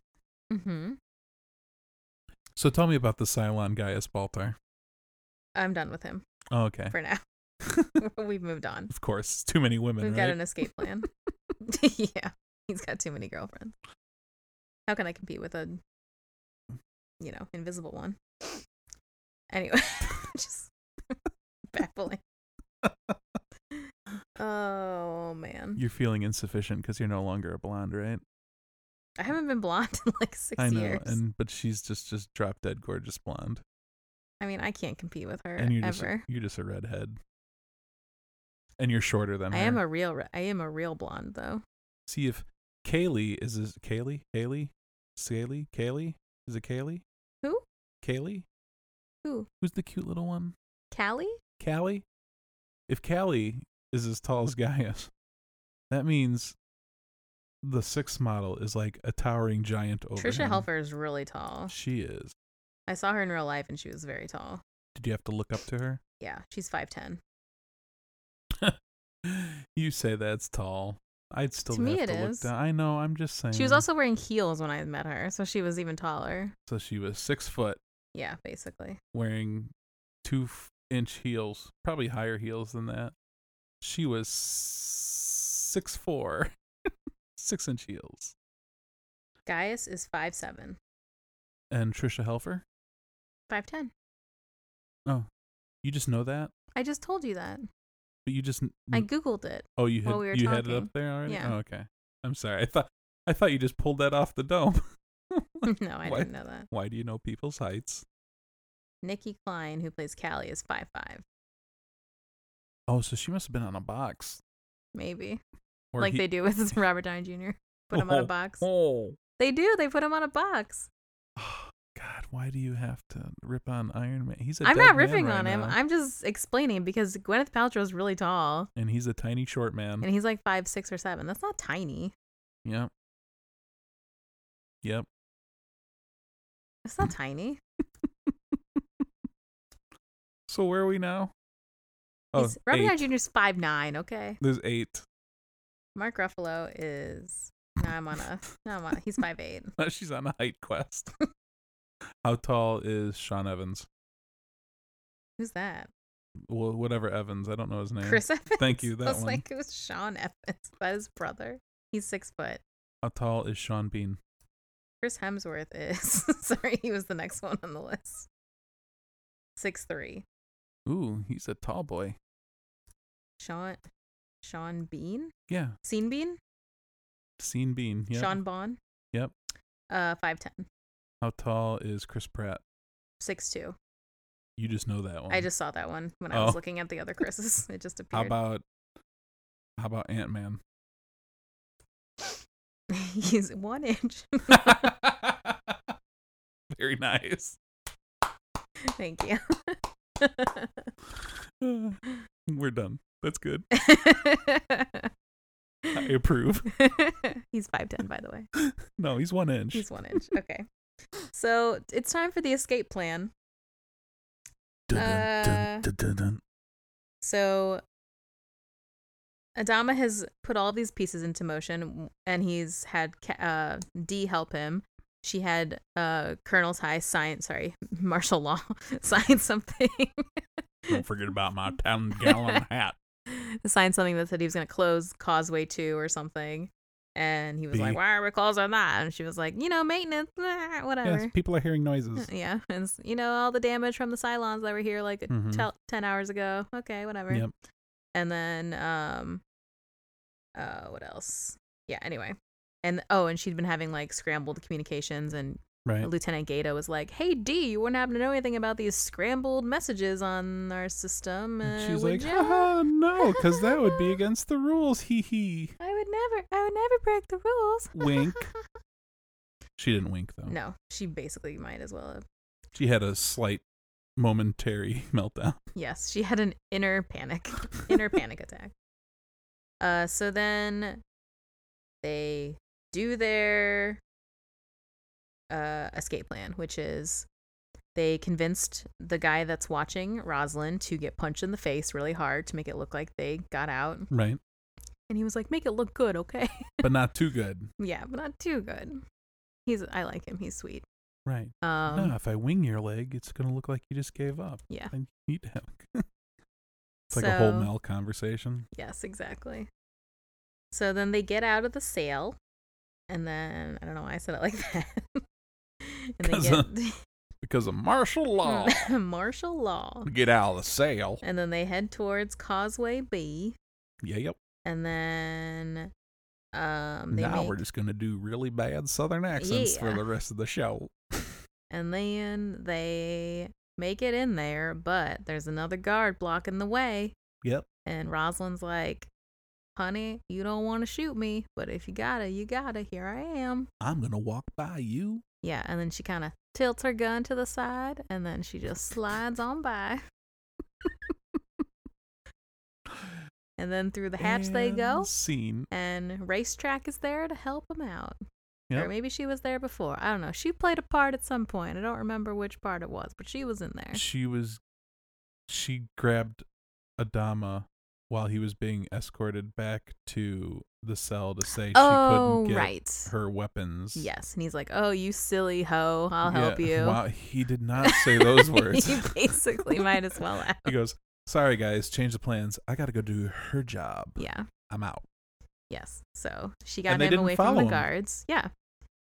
Speaker 2: hmm
Speaker 1: So tell me about the Cylon Gaius Baltar.
Speaker 2: I'm done with him
Speaker 1: Oh, okay. (laughs)
Speaker 2: for now. (laughs) We've moved on.
Speaker 1: Of course, too many women,
Speaker 2: We've
Speaker 1: right?
Speaker 2: got an escape
Speaker 1: (laughs)
Speaker 2: plan. (laughs) yeah, he's got too many girlfriends. How can I compete with a, you know, invisible one? Anyway, (laughs) just
Speaker 1: (laughs)
Speaker 2: baffling. Oh man,
Speaker 1: You're feeling insufficient because you're no longer a blonde, right?
Speaker 2: I haven't been blonde (laughs) in like six
Speaker 1: I know,
Speaker 2: years.
Speaker 1: and but she's just just drop dead gorgeous blonde,
Speaker 2: I mean, I can't compete with her
Speaker 1: and you're just
Speaker 2: ever.
Speaker 1: you're just a redhead, and you're shorter than
Speaker 2: I
Speaker 1: her.
Speaker 2: am a real, re- I am a real blonde though.
Speaker 1: See if Kaylee is this Kaylee, Haley, Saley, Kaylee. Is it Kaylee?
Speaker 2: Who?
Speaker 1: Kaylee.
Speaker 2: Who?
Speaker 1: Who's the cute little one?
Speaker 2: Callie?
Speaker 1: Callie. If Callie is as tall as Gaius, that means the sixth model is like a towering giant over
Speaker 2: Trisha
Speaker 1: him.
Speaker 2: Helfer is really tall.
Speaker 1: She is.
Speaker 2: I saw her in real life and she was very tall.
Speaker 1: Did you have to look up to her? (gasps)
Speaker 2: Yeah, she's 5'10.
Speaker 1: You say that's tall. I'd still
Speaker 2: To me
Speaker 1: have
Speaker 2: it
Speaker 1: to
Speaker 2: is.
Speaker 1: look down. I know. I'm just saying.
Speaker 2: She was also wearing heels when I met her, so she was even taller.
Speaker 1: so she was six foot,
Speaker 2: Yeah, basically.
Speaker 1: wearing two f- inch heels, probably higher heels than that. She was six four, (laughs) six inch heels.
Speaker 2: Gaius is 5'7.
Speaker 1: And Trisha Helfer.
Speaker 2: 5'10.
Speaker 1: Oh, you just know that,
Speaker 2: I just told you that.
Speaker 1: but you just
Speaker 2: I Googled it. (laughs)
Speaker 1: oh you had
Speaker 2: while we were
Speaker 1: you had it
Speaker 2: talking.
Speaker 1: up there already.
Speaker 2: Yeah.
Speaker 1: Oh, okay. I'm sorry. I thought I thought you just pulled that off the dome. (laughs)
Speaker 2: no, I
Speaker 1: Why-
Speaker 2: didn't know that.
Speaker 1: Why do you know people's heights?
Speaker 2: Nikki Klein, who plays Callie, is 5'5.
Speaker 1: Oh, so she must have been on a box.
Speaker 2: Maybe.
Speaker 1: Or
Speaker 2: like
Speaker 1: he-
Speaker 2: they do with (laughs) Robert Downey Jr. Put him on a box.
Speaker 1: (gasps) Oh. (sighs)
Speaker 2: They do. They put him on a box.
Speaker 1: God, why do you have to rip on Iron Man? He's a
Speaker 2: I'm
Speaker 1: dead man
Speaker 2: not ripping
Speaker 1: right
Speaker 2: on him.
Speaker 1: now,
Speaker 2: I'm just explaining because Gwyneth Paltrow is really tall
Speaker 1: and he's a tiny short man.
Speaker 2: and he's like 5, 6, or 7. That's not tiny.
Speaker 1: Yep. Yep.
Speaker 2: It's
Speaker 1: Mm.
Speaker 2: not tiny.
Speaker 1: So where are we now? Oh,
Speaker 2: He's- Robert
Speaker 1: eight.
Speaker 2: Downey Jr. is five nine. Okay.
Speaker 1: There's eight. (laughs)
Speaker 2: Mark Ruffalo is. Now I'm on a. Now I'm on. A, he's five eight.
Speaker 1: Now she's on a height quest. (laughs) How tall is Sean Evans?
Speaker 2: Who's
Speaker 1: (laughs)
Speaker 2: that?
Speaker 1: Well, whatever Evans. I don't know his name.
Speaker 2: Chris Evans.
Speaker 1: Thank you,
Speaker 2: (laughs) I
Speaker 1: that
Speaker 2: was
Speaker 1: one.
Speaker 2: like, it was Sean Evans. Is That his brother. He's six foot.
Speaker 1: How tall is Sean Bean?
Speaker 2: Chris Hemsworth is. (laughs) sorry, he was the next one on the list. Six three.
Speaker 1: Ooh, he's a tall boy.
Speaker 2: Sean. Sean Bean.
Speaker 1: Yeah,
Speaker 2: Scene Bean.
Speaker 1: Sean Bean. Yeah.
Speaker 2: Sean Bond.
Speaker 1: Yep.
Speaker 2: Uh, five ten.
Speaker 1: How tall is Chris Pratt?
Speaker 2: Six two.
Speaker 1: You just know that one.
Speaker 2: I just saw that one when I was
Speaker 1: Oh.
Speaker 2: looking at
Speaker 1: (laughs)
Speaker 2: the other Chris's. It just
Speaker 1: How
Speaker 2: appeared.
Speaker 1: about how about Ant Man?
Speaker 2: (laughs) He's one inch.
Speaker 1: (laughs)
Speaker 2: (laughs)
Speaker 1: Very
Speaker 2: (laughs)
Speaker 1: nice.
Speaker 2: Thank you. (laughs)
Speaker 1: Uh, We're done. That's good. I approve.
Speaker 2: (laughs) He's 5'10, by the way.
Speaker 1: No, he's one inch.
Speaker 2: He's one inch. Okay. So it's time for the escape plan.
Speaker 1: Dun, dun,
Speaker 2: uh,
Speaker 1: dun, dun, dun.
Speaker 2: So Adama has put all these pieces into motion and he's had Ca- uh, D help him. She had uh, Colonel's High Science, sorry, (laughs) martial law, sign something, (laughs)
Speaker 1: Don't forget about my ten gallon hat.
Speaker 2: (laughs) sign something that said he was going to close Causeway 2 or something. and he was like,
Speaker 1: B.
Speaker 2: "Why are recalls on that?" And she was like, "You know, maintenance, ah, whatever." Uh,
Speaker 1: Yes, people are hearing noises.
Speaker 2: (laughs) Yeah, and s- you know all the damage from the Cylons that were here like
Speaker 1: Mhm.
Speaker 2: tel- ten hours ago. Okay, whatever.
Speaker 1: Yep.
Speaker 2: And then um, uh, what else? Yeah. Anyway, and oh, and she'd been having like scrambled communications, and
Speaker 1: Right.
Speaker 2: Lieutenant Gaeta was like, "Hey D, you wouldn't happen to know anything about these scrambled messages on our system?"
Speaker 1: And
Speaker 2: Uh,
Speaker 1: she's
Speaker 2: would
Speaker 1: like,
Speaker 2: ya?"
Speaker 1: Haha, no, because that would be against the rules. Hee hee.
Speaker 2: "I would never, I would never break the rules." (laughs)
Speaker 1: Wink. She didn't wink though.
Speaker 2: no, she basically might as well. Have.
Speaker 1: She had a slight momentary (laughs) meltdown.
Speaker 2: Yes, she had an inner panic.
Speaker 1: (laughs)
Speaker 2: inner panic attack. Uh, so then they do their uh, escape plan, which is they convinced the guy that's watching Rosalind to get punched in the face really hard to make it look like they got out.
Speaker 1: Right.
Speaker 2: And he was like, "Make it look good, okay?" (laughs)
Speaker 1: But not too good.
Speaker 2: yeah, but not too good. He's I like him. He's sweet.
Speaker 1: Right.
Speaker 2: Um,
Speaker 1: no, if I wing your leg, it's going to look like you just gave up.
Speaker 2: Yeah.
Speaker 1: I need to have. it's like a whole
Speaker 2: so-
Speaker 1: Mel conversation.
Speaker 2: Yes, exactly. So then they get out of the sale, and then I don't know why I said it like (laughs) that. and
Speaker 1: (laughs) 'Cause,
Speaker 2: they
Speaker 1: Because of martial law,
Speaker 2: get (laughs) martial law,
Speaker 1: we (laughs) get out of the sale.
Speaker 2: and then they head towards Causeway B,
Speaker 1: Yeah, yep.
Speaker 2: and then um they
Speaker 1: now
Speaker 2: make,
Speaker 1: we're just going to do really bad Southern accents for
Speaker 2: Yeah.
Speaker 1: the rest of the show.
Speaker 2: and then they make it in there, but there's another guard blocking the way,
Speaker 1: Yep.
Speaker 2: and Rosalind's like. Honey, you don't want to shoot me, but if you gotta, you gotta. Here I am.
Speaker 1: I'm going to walk by you.
Speaker 2: Yeah, and then she kind of tilts her gun to the side, and then she just slides on by. (laughs) and then through the hatch they go,
Speaker 1: And Scene.
Speaker 2: and Racetrack is there to help them out. Or
Speaker 1: Yep.
Speaker 2: maybe she was there before. I don't know. She played a part at some point. I don't remember which part it was, but she was in there.
Speaker 1: She was. She grabbed Adama while he was being escorted back to the cell to say she
Speaker 2: oh,
Speaker 1: couldn't get
Speaker 2: right.
Speaker 1: her weapons.
Speaker 2: Yes. And he's like, oh, you silly hoe. I'll help
Speaker 1: Yeah, (laughs)
Speaker 2: you. (laughs)
Speaker 1: Wow, he did not say those words.
Speaker 2: you basically might as well have.
Speaker 1: (laughs) he goes, "Sorry guys, change the plans. I got to go do her job.
Speaker 2: Yeah.
Speaker 1: I'm out."
Speaker 2: Yes. So she got
Speaker 1: And they
Speaker 2: him
Speaker 1: didn't
Speaker 2: away from
Speaker 1: follow
Speaker 2: the
Speaker 1: him.
Speaker 2: guards. Yeah.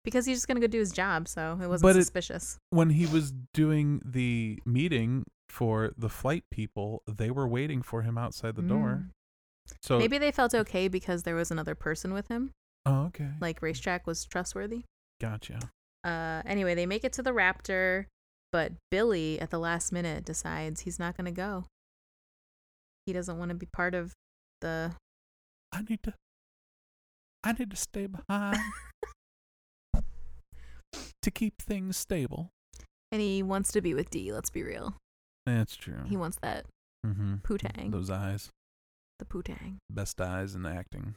Speaker 2: Because he's just going to go do his job. So it wasn't
Speaker 1: But it-
Speaker 2: suspicious.
Speaker 1: When he was doing the meeting for the flight people, they were waiting for him outside the door. Mm. So
Speaker 2: Mm. Maybe they felt okay because there was another person with him.
Speaker 1: Oh, okay.
Speaker 2: Like Racetrack was trustworthy.
Speaker 1: gotcha.
Speaker 2: Uh, anyway, they make it to the Raptor, but Billy at the last minute decides he's not going to go. He doesn't want to be part of the.
Speaker 1: I need to I need to stay
Speaker 2: (laughs)
Speaker 1: behind to keep things stable.
Speaker 2: And he wants to be with D, let's be real.
Speaker 1: That's true.
Speaker 2: He wants that,
Speaker 1: mm-hmm.
Speaker 2: Poontang.
Speaker 1: Those eyes,
Speaker 2: the Putang.
Speaker 1: best eyes in acting.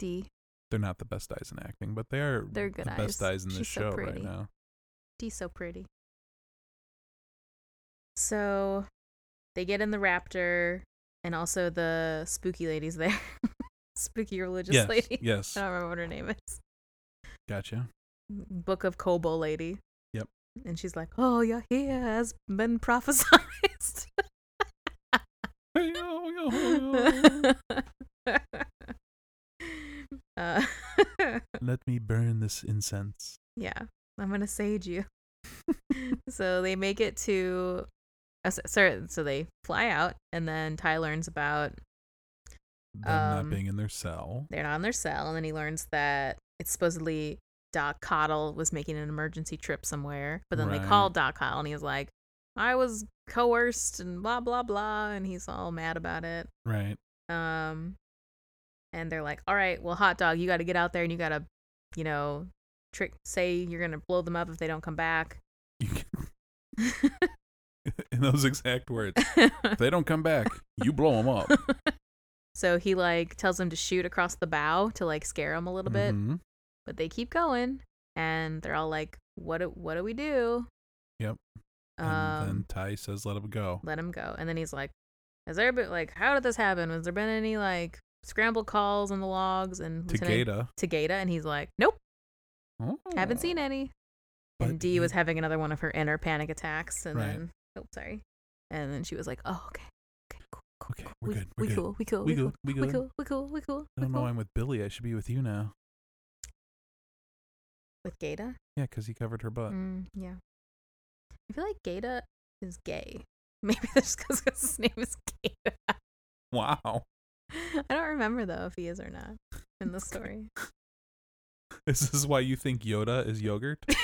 Speaker 2: D.
Speaker 1: They're not the best eyes in acting, but they are
Speaker 2: They're good
Speaker 1: the best
Speaker 2: eyes.
Speaker 1: eyes in this
Speaker 2: She's so
Speaker 1: show right
Speaker 2: pretty.
Speaker 1: now.
Speaker 2: D's so pretty. So they get in the raptor, and also the spooky lady's there. (laughs) spooky religious
Speaker 1: yes,
Speaker 2: lady. Uh.
Speaker 1: yes,
Speaker 2: (laughs) I don't remember what her name is. (laughs)
Speaker 1: gotcha.
Speaker 2: Book of Kobo lady.
Speaker 1: Yep.
Speaker 2: And she's like, "Oh, yeah, he has been prophesized."
Speaker 1: Hey, oh, yo,
Speaker 2: (laughs)
Speaker 1: yo, yo.
Speaker 2: uh, (laughs)
Speaker 1: Let me burn this incense.
Speaker 2: yeah, I'm gonna sage you. (laughs) so they make it to uh, so, sorry, so they fly out and then ty learns about
Speaker 1: Them
Speaker 2: Um,
Speaker 1: not being in their cell.
Speaker 2: they're not in their cell and then he learns that it's supposedly doc cottle was making an emergency trip somewhere but then they
Speaker 1: Right.
Speaker 2: called doc cottle and he was like i was coerced and blah blah blah and he's all mad about it
Speaker 1: Right.
Speaker 2: um and they're like all right well hot dog you got to get out there and you got to you know trick say you're gonna blow them up if they don't come back (laughs)
Speaker 1: You can, (laughs) in those exact words. If they don't come back, you blow them up.
Speaker 2: (laughs) so he like tells them to shoot across the bow to like scare them (laughs) a little bit
Speaker 1: Mhm.
Speaker 2: but they keep going and they're all like what do, what do we do
Speaker 1: Yep.
Speaker 2: um
Speaker 1: and then Ty says, "Let him go."
Speaker 2: let him go and then he's like has there been like how did this happen has there been any like scramble calls on the logs and
Speaker 1: To Gata.
Speaker 2: Tagada and he's like nope
Speaker 1: Oh.
Speaker 2: haven't seen any and
Speaker 1: But
Speaker 2: Dee was
Speaker 1: he-
Speaker 2: having another one of her inner panic attacks and
Speaker 1: Right.
Speaker 2: then oh sorry and then she was like oh okay okay cool cool,
Speaker 1: Okay,
Speaker 2: cool.
Speaker 1: we're
Speaker 2: we,
Speaker 1: good, we're
Speaker 2: we
Speaker 1: good.
Speaker 2: cool we cool
Speaker 1: We good. We
Speaker 2: we
Speaker 1: good.
Speaker 2: cool we cool we cool
Speaker 1: I don't know. why I'm with Billy. I should be with you now.
Speaker 2: with Gata.
Speaker 1: Yeah, because he covered her butt.
Speaker 2: Mm, yeah. I feel like Gata is gay. (laughs) Maybe that's because his name is Gata.
Speaker 1: Wow. (laughs)
Speaker 2: I don't remember though if he is or not in the story.
Speaker 1: Is this why you think Yoda is yogurt?
Speaker 2: (laughs)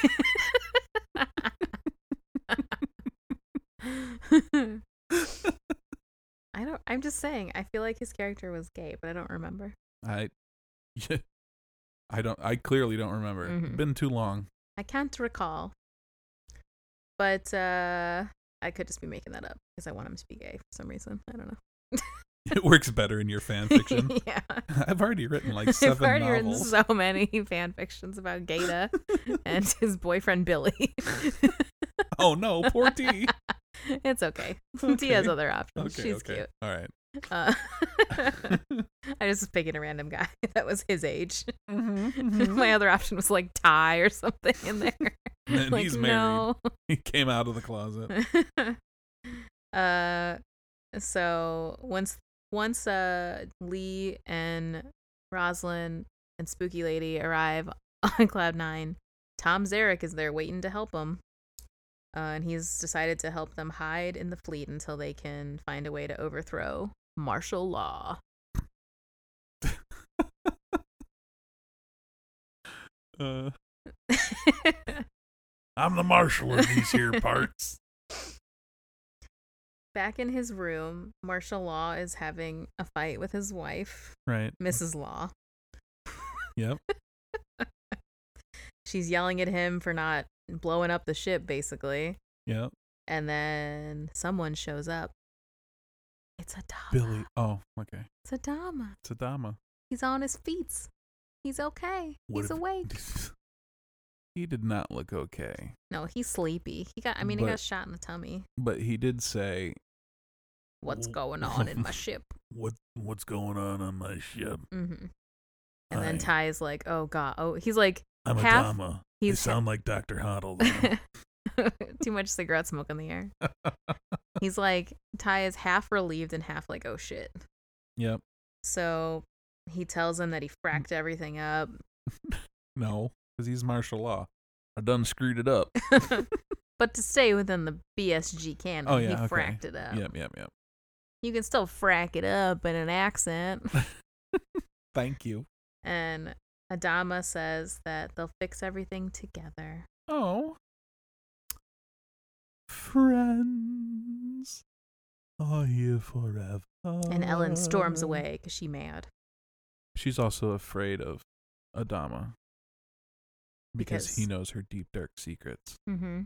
Speaker 1: (laughs)
Speaker 2: I don't. I'm just saying. I feel like his character was gay, but I don't remember.
Speaker 1: I, I don't. I clearly don't remember.
Speaker 2: Mhm.
Speaker 1: Been too long. (laughs)
Speaker 2: I can't recall. But uh I could just be making that up because I want him to be gay for some reason. I don't know.
Speaker 1: It works better in your fan fiction.
Speaker 2: (laughs)
Speaker 1: (laughs)
Speaker 2: yeah.
Speaker 1: I've already written like 7
Speaker 2: I've already
Speaker 1: novels.
Speaker 2: written so many (laughs) fan fictions
Speaker 1: (laughs)
Speaker 2: about Gata and his boyfriend Billy. (laughs)
Speaker 1: oh no, poor T.
Speaker 2: it's okay.
Speaker 1: (laughs) Okay.
Speaker 2: T has other options.
Speaker 1: Okay,
Speaker 2: She's
Speaker 1: okay.
Speaker 2: cute. Mm-hmm.
Speaker 1: All
Speaker 2: (laughs)
Speaker 1: right.
Speaker 2: Uh,
Speaker 1: (laughs)
Speaker 2: I just was picking a random guy (laughs) that was his age. (laughs) My other option was like Ty or something in there.
Speaker 1: And
Speaker 2: (laughs) like,
Speaker 1: he's married.
Speaker 2: no.
Speaker 1: He came out of the
Speaker 2: (laughs)
Speaker 1: closet.
Speaker 2: uh so once once uh Lee and Roslyn and Spooky Lady arrive (laughs) on Cloud Nine, Tom Zarek is there waiting to help them. Uh, and he's decided to help them hide in the fleet until they can find a way to overthrow martial law. (laughs)
Speaker 1: Uh, I'm the marshal of these here parts.
Speaker 2: Back in his room, Martial Law is having a fight with his wife,
Speaker 1: (laughs) Right.
Speaker 2: Mrs. Law.
Speaker 1: Yep.
Speaker 2: (laughs) She's yelling at him for not blowing up the ship, basically.
Speaker 1: Yep.
Speaker 2: And then someone shows up. It's Adama.
Speaker 1: Billy. Oh, okay.
Speaker 2: It's Adama.
Speaker 1: It's Adama.
Speaker 2: He's on his feet. He's okay.
Speaker 1: What
Speaker 2: He's
Speaker 1: if-
Speaker 2: awake.
Speaker 1: (laughs) he did not look okay,
Speaker 2: No, he's sleepy. He got. I mean, he
Speaker 1: But-
Speaker 2: got shot in the tummy.
Speaker 1: but he did say,
Speaker 2: What's
Speaker 1: Wh-
Speaker 2: going on
Speaker 1: (laughs)
Speaker 2: in my ship?
Speaker 1: "What what's going on on my ship?"
Speaker 2: hmm And then
Speaker 1: I-
Speaker 2: Ty is like, "Oh God! Oh, he's like,
Speaker 1: I'm
Speaker 2: half-
Speaker 1: Adama. They
Speaker 2: he's
Speaker 1: sound like Doctor Hoddle. though.
Speaker 2: (laughs) too much cigarette smoke in the air." He's like, Ty is half relieved and half like, "Oh shit."
Speaker 1: (laughs) yep.
Speaker 2: So he tells him
Speaker 1: Mm.
Speaker 2: that he fracked everything up. (laughs)
Speaker 1: No, because he's martial law. I done screwed it up.
Speaker 2: but to stay within the BSG canon,
Speaker 1: Oh, yeah,
Speaker 2: he
Speaker 1: okay.
Speaker 2: fracked it up.
Speaker 1: Yep. Yep. Yep.
Speaker 2: You can still frack it up in an accent.
Speaker 1: Thank you.
Speaker 2: and Adama says that they'll fix everything together.
Speaker 1: Oh. Friends are here forever.
Speaker 2: And Ellen
Speaker 1: Oh.
Speaker 2: storms away because she mad.
Speaker 1: She's also afraid of Adama because, he
Speaker 2: Because-
Speaker 1: knows her deep, dark secrets.
Speaker 2: Mm-hmm.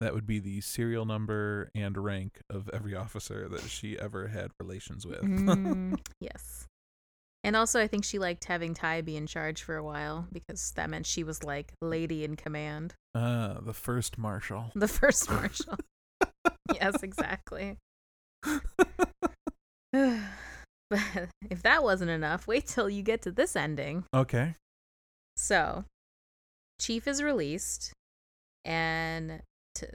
Speaker 1: That would be the serial number and rank of every officer that she ever had relations with.
Speaker 2: Mm-hmm. yes. And also, I think she liked having Ty be in charge for a while because that meant she was like lady in command,
Speaker 1: (laughs)
Speaker 2: (laughs)
Speaker 1: Ah, the first marshal.
Speaker 2: the first marshal. yes, exactly. (sighs) but if that wasn't enough, wait till you get to this ending.
Speaker 1: Okay.
Speaker 2: So, Chief is released, and t-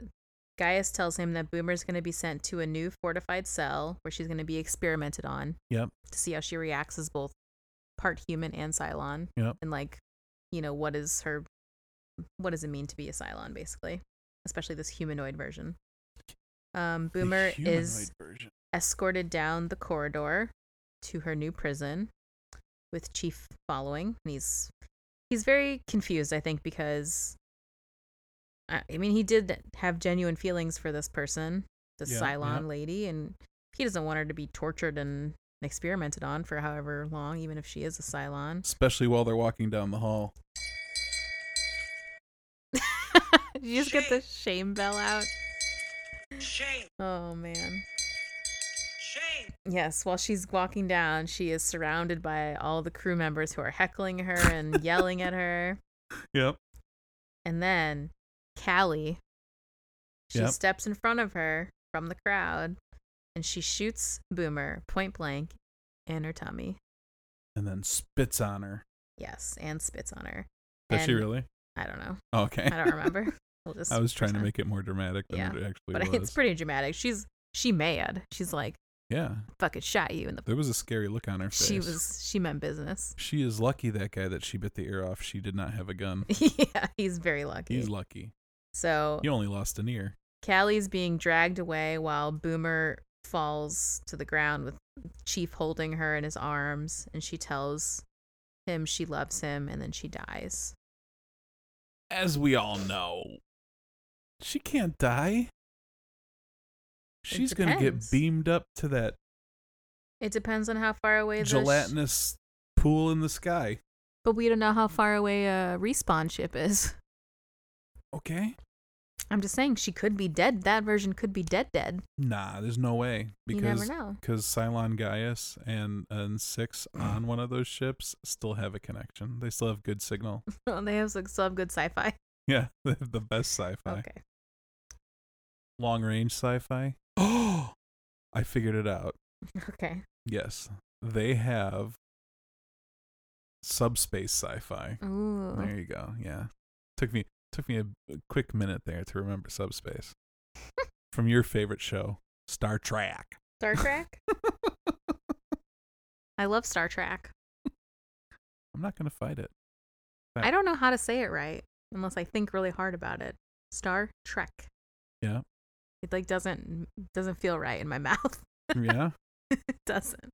Speaker 2: Gaius tells him that Boomer's going to be sent to a new fortified cell where she's going to be experimented on.
Speaker 1: Yep.
Speaker 2: To see how she reacts as both part human and Cylon.
Speaker 1: Yep.
Speaker 2: And, like, you know, what is her, what does it mean to be a Cylon, basically? Especially this humanoid version. Um,
Speaker 1: The
Speaker 2: Boomer is
Speaker 1: humanoid version.
Speaker 2: escorted down the corridor to her new prison with chief following and he's he's very confused i think because i, I mean he did have genuine feelings for this person the
Speaker 1: Yeah,
Speaker 2: cylon
Speaker 1: yeah.
Speaker 2: lady and he doesn't want her to be tortured and experimented on for however long even if she is a cylon (laughs)
Speaker 1: Especially while they're walking down the hall.
Speaker 2: Did you just get the shame bell out
Speaker 4: Shame,
Speaker 2: oh man
Speaker 4: shame.
Speaker 2: Yes, while she's walking down, she is surrounded by all the crew members who are heckling
Speaker 1: (laughs)
Speaker 2: her and yelling at her.
Speaker 1: Yep.
Speaker 2: And then Callie, she
Speaker 1: Yep.
Speaker 2: steps in front of her from the crowd and she shoots Boomer point blank in her tummy.
Speaker 1: And then spits on her.
Speaker 2: Yes, and spits on her.
Speaker 1: Does she
Speaker 2: And-
Speaker 1: really?
Speaker 2: I don't know.
Speaker 1: Okay.
Speaker 2: I don't remember. We'll
Speaker 1: (laughs)
Speaker 2: just
Speaker 1: I was trying to
Speaker 2: pretend.
Speaker 1: make it more dramatic than
Speaker 2: Yeah,
Speaker 1: it actually
Speaker 2: But
Speaker 1: was.
Speaker 2: it's pretty dramatic. She's she mad. She's like,
Speaker 1: Yeah,
Speaker 2: Fucking shot you in the.
Speaker 1: there was a scary look on her face.
Speaker 2: She was. She meant business. (laughs)
Speaker 1: She is lucky that guy that she bit the ear off. She did not have a gun.
Speaker 2: yeah, he's very lucky.
Speaker 1: He's lucky.
Speaker 2: so
Speaker 1: He only lost an ear.
Speaker 2: Callie's being dragged away while Boomer falls to the ground with Chief holding her in his arms, and she tells him she loves him, and then she dies.
Speaker 1: As we all know, she can't die. She's gonna get
Speaker 2: depends.
Speaker 1: beamed up to that
Speaker 2: It depends on how far away the sh-
Speaker 1: gelatinous pool in the sky.
Speaker 3: But we don't know how far away a respawn ship is.
Speaker 1: Okay.
Speaker 2: (laughs) I'm just saying she could be dead. That version could be dead, dead.
Speaker 1: Nah, there's no way
Speaker 2: You never
Speaker 1: because
Speaker 2: know. (laughs)
Speaker 1: because Cylon Gaius and and Six on one of those ships still have a connection. They still have good
Speaker 2: (laughs)
Speaker 1: signal.
Speaker 2: they have some, still have good sci-fi.
Speaker 1: Yeah, (laughs) they have the best sci-fi.
Speaker 2: Okay.
Speaker 1: Long range sci-fi. (gasps) Oh, I figured it out.
Speaker 2: Okay.
Speaker 1: Yes, they have subspace sci-fi.
Speaker 2: Uh-huh.
Speaker 3: Ooh.
Speaker 1: There you go. Yeah, took me took me a, a quick minute there to remember
Speaker 2: (laughs)
Speaker 1: subspace from your favorite show, Star Trek.
Speaker 2: Star Trek? I love Star Trek.
Speaker 1: I'm not gonna fight it.
Speaker 2: I don't know how to say it right unless I think really hard about it. Star Trek.
Speaker 1: Yeah.
Speaker 2: It like doesn't doesn't feel right in my (laughs) mouth. (laughs)
Speaker 1: Yeah.
Speaker 2: It doesn't.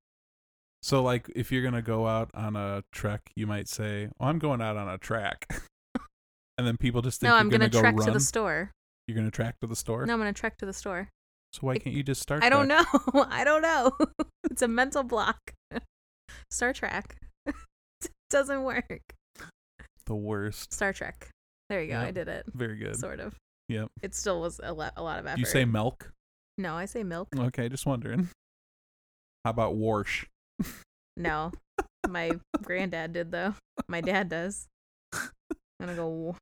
Speaker 1: So like if you're gonna go out on a trek, you might say, "Oh, I'm going out on a track," (laughs) and then people just think
Speaker 2: No,
Speaker 1: you're
Speaker 2: I'm gonna,
Speaker 1: go
Speaker 2: trek
Speaker 1: run.
Speaker 2: to the store.
Speaker 1: You're gonna track to the store.
Speaker 2: No, I'm gonna trek to the store.
Speaker 1: So why can't you just start?
Speaker 2: I don't know. (laughs) I don't know. it's a mental block. (laughs) Star Trek. (laughs) It doesn't work.
Speaker 1: The worst.
Speaker 2: Star Trek. There you go. I
Speaker 1: Yep.
Speaker 2: did it.
Speaker 1: Very good.
Speaker 2: Sort of.
Speaker 1: Yep.
Speaker 2: It still was a, lo- a lot of effort.
Speaker 1: You say milk?
Speaker 2: no? I
Speaker 1: (laughs)
Speaker 2: say milk.
Speaker 1: Okay, just wondering. How about warsh? (laughs)
Speaker 2: No, my granddad did though. My
Speaker 1: (laughs)
Speaker 2: dad does. I'm gonna go.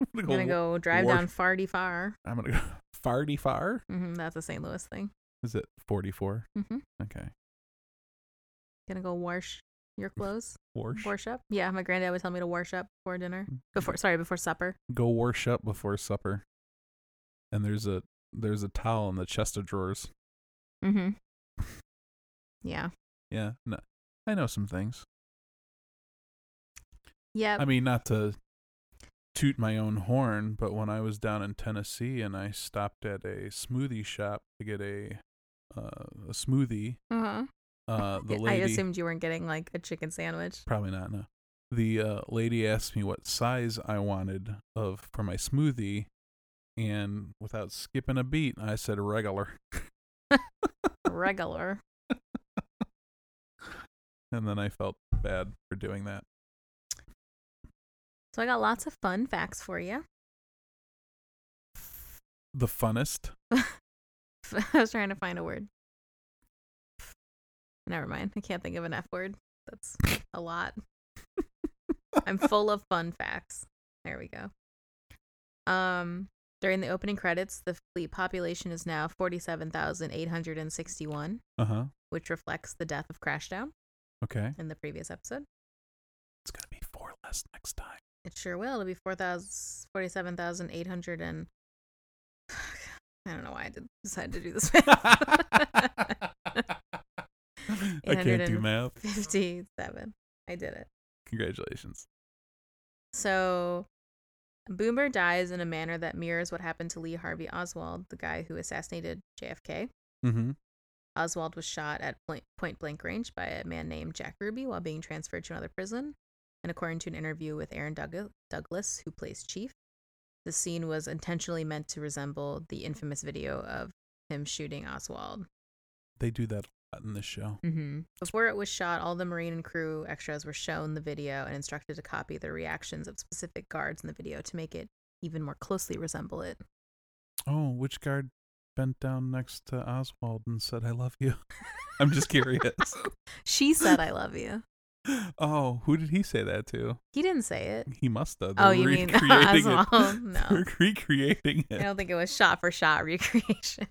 Speaker 1: I'm
Speaker 2: I'm gonna go drive
Speaker 1: war-
Speaker 2: down farty far.
Speaker 1: I'm gonna go. (laughs) Farty far?
Speaker 2: hmm that's a St. Louis thing.
Speaker 1: Is it 44?
Speaker 2: hmm
Speaker 1: Okay.
Speaker 2: Gonna go wash your clothes.
Speaker 1: Warsh.
Speaker 2: Wash Mm, up. Yeah, my granddad would tell me to wash up before dinner. Before, sorry, before supper.
Speaker 1: Go warsh up before supper. And there's a there's a towel in the chest of drawers.
Speaker 2: Mm-hmm. Yeah.
Speaker 1: Yeah. No, I know some things.
Speaker 2: Yep.
Speaker 1: I mean, not to toot my own horn, but when I was down in Tennessee and I stopped at a smoothie shop to get a uh, a smoothie,
Speaker 2: uh-huh.
Speaker 1: uh, the
Speaker 2: I
Speaker 1: lady
Speaker 2: assumed you weren't getting like a chicken sandwich.
Speaker 1: probably not no. The uh, lady asked me what size I wanted of for my smoothie, and without skipping a beat, I said regular, (laughs)
Speaker 2: (laughs) Regular.
Speaker 1: and then I felt bad for doing that.
Speaker 2: So I got lots of fun facts for you.
Speaker 1: The funnest.
Speaker 2: (laughs) I was trying to find a word. Never mind. I can't think of an F word. That's a lot. (laughs) I'm full of fun facts. There we go. Um, during the opening credits, the fleet population is now 47,861,
Speaker 1: Uh huh.
Speaker 2: which reflects the death of Crashdown
Speaker 1: Okay.
Speaker 2: in the previous episode.
Speaker 1: It's gonna be four less next time. (laughs)
Speaker 2: It sure will. It'll be 4,000 47,800 and (sighs) I don't know why I did, decided to do
Speaker 1: (laughs)
Speaker 2: this (laughs) math.
Speaker 1: I can't do
Speaker 2: 850.
Speaker 1: math.
Speaker 2: 57. I did it.
Speaker 1: Congratulations.
Speaker 2: So Boomer dies in a manner that mirrors what happened to Lee Harvey Oswald, the guy who assassinated JFK.
Speaker 1: Mm-hmm.
Speaker 2: Oswald was shot at point point blank range by a man named Jack Ruby while being transferred to another prison. And according to an interview with Aaron Doug- Douglas, who plays Chief, the scene was intentionally meant to resemble the infamous video of him shooting Oswald.
Speaker 1: They do that a lot in this show.
Speaker 2: Mm-hmm. Before it was shot, all the Marine and crew extras were shown the video and instructed to copy the reactions of specific guards in the video to make it even more closely resemble it.
Speaker 1: Oh, which guard bent down next to Oswald and said, I love you? (laughs) I'm just curious.
Speaker 2: She said, I love you.
Speaker 1: oh, who did he say that to?
Speaker 2: He didn't say it.
Speaker 1: He must have.
Speaker 2: Oh,
Speaker 1: They're
Speaker 2: you mean (laughs)
Speaker 1: recreating it. (laughs)
Speaker 2: Oswald? No.
Speaker 1: They're recreating
Speaker 2: I
Speaker 1: it.
Speaker 2: don't think it was shot for shot (laughs) recreation.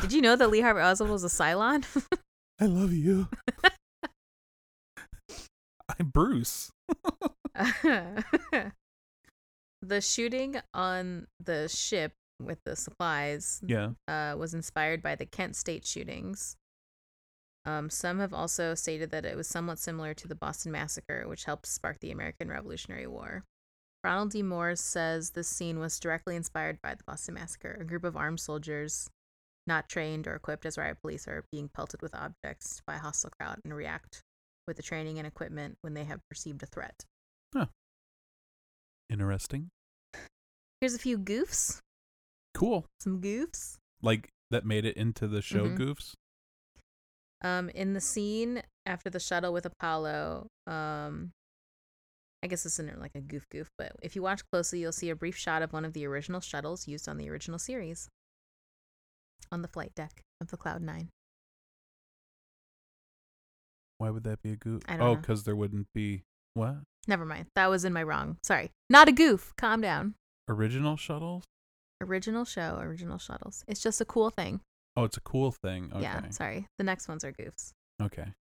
Speaker 2: Did you know that Lee Harvey Oswald was a Cylon? (laughs)
Speaker 1: I love you. I'm Bruce.
Speaker 2: the shooting on the ship with the supplies
Speaker 1: Yeah.
Speaker 2: uh, was inspired by the Kent State shootings. Um, some have also stated that it was somewhat similar to the Boston Massacre, which helped spark the American Revolutionary War. Ronald D. Moore says this scene was directly inspired by the Boston Massacre, a group of armed soldiers not trained or equipped as riot police are being pelted with objects by a hostile crowd and react with the training and equipment when they have perceived a threat.
Speaker 1: Interesting.
Speaker 2: Here's a few goofs,
Speaker 1: Cool.
Speaker 2: some goofs.
Speaker 1: Like that made it into the show
Speaker 2: Mhm.
Speaker 1: goofs.
Speaker 2: Um, in the scene after the shuttle with Apollo, um, I guess this isn't like a goof goof, but if you watch closely, you'll see a brief shot of one of the original shuttles used on the original series on the flight deck of the Cloud Nine.
Speaker 1: Why would that be a goof?
Speaker 2: I don't
Speaker 1: Oh,
Speaker 2: know.
Speaker 1: because there wouldn't be what?
Speaker 2: Never mind, that was in my wrong. Sorry, not a goof. Calm down.
Speaker 1: Original shuttles?
Speaker 2: Original show, original shuttles. It's just a cool thing.
Speaker 1: Oh, it's a cool thing. Okay.
Speaker 2: Yeah, sorry. The next ones are goofs.
Speaker 1: Okay.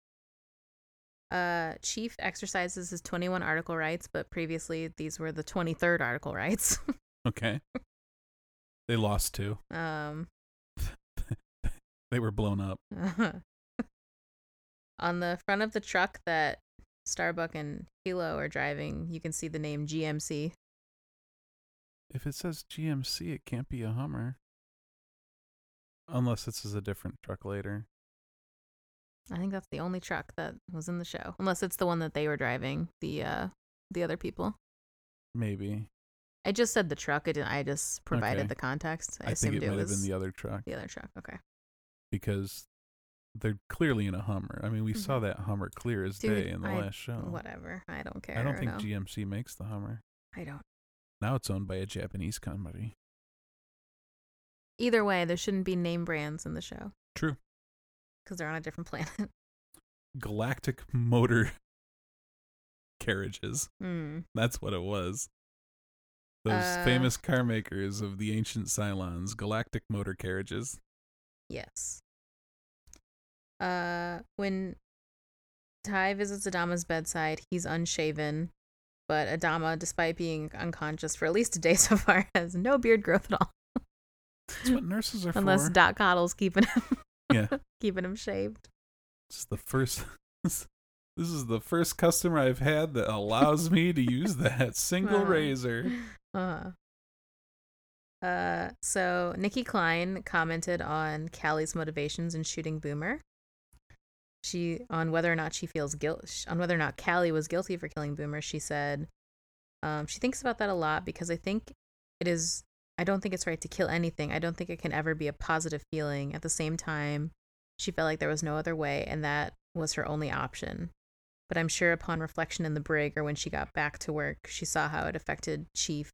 Speaker 2: Uh, Chief exercises his 21 article rights, but previously these were the 23rd article rights. (laughs)
Speaker 1: Okay. they lost two.
Speaker 2: um,
Speaker 1: They were blown up.
Speaker 2: (laughs) On the front of the truck that Starbuck and Hilo are driving, you can see the name GMC.
Speaker 1: If it says GMC, it can't be a Hummer. Unless this is a different truck later.
Speaker 2: I think that's the only truck that was in the show, unless it's the one that they were driving. The uh, the other people.
Speaker 1: Maybe.
Speaker 2: I just said the truck. I didn't. I just provided
Speaker 1: Okay.
Speaker 2: the context. I,
Speaker 1: I, think
Speaker 2: assumed
Speaker 1: it might
Speaker 2: was
Speaker 1: have been the other truck
Speaker 2: the other truck. Okay.
Speaker 1: because they're clearly in a Hummer. I mean, we saw that Hummer clear as
Speaker 2: Mm-hmm. Dude,
Speaker 1: day in the
Speaker 2: I-
Speaker 1: last show.
Speaker 2: Whatever. I don't care.
Speaker 1: Oh. I don't think
Speaker 2: no.
Speaker 1: GMC makes the Hummer.
Speaker 2: I don't.
Speaker 1: Now it's owned by a Japanese company.
Speaker 2: Either way, there shouldn't be name brands in the show
Speaker 1: True.
Speaker 2: because they're on a different (laughs) planet.
Speaker 1: Galactic Motor (laughs) Carriages.
Speaker 2: Hmm.
Speaker 1: That's what it was. Those
Speaker 2: Uh,
Speaker 1: famous car makers of the ancient Cylons, galactic motor carriages.
Speaker 2: Yes. Uh, when Ty visits Adama's bedside, he's unshaven, but Adama, despite being unconscious for at least a day (laughs) so far, has no beard growth at all.
Speaker 1: That's
Speaker 2: (laughs)
Speaker 1: what nurses are
Speaker 2: Unless
Speaker 1: for.
Speaker 2: Doc Cottle's keeping him,
Speaker 1: Yeah.
Speaker 2: (laughs) keeping him shaved.
Speaker 1: it's the first. (laughs) this is the first customer I've had that allows me to
Speaker 2: (laughs)
Speaker 1: use that single
Speaker 2: Wow. (laughs)
Speaker 1: razor.
Speaker 2: Uh. Uh, so Nikki Klein commented on Callie's motivations in shooting Boomer. She on whether or not she feels guilt sh- on whether or not Callie was guilty for killing Boomer. She said, um, she thinks about that a lot because I think it is. I don't think it's right to kill anything. I don't think it can ever be a positive feeling. At the same time, she felt like there was no other way, and that was her only option. But I'm sure upon reflection in the brig or when she got back to work, she saw how it affected Chief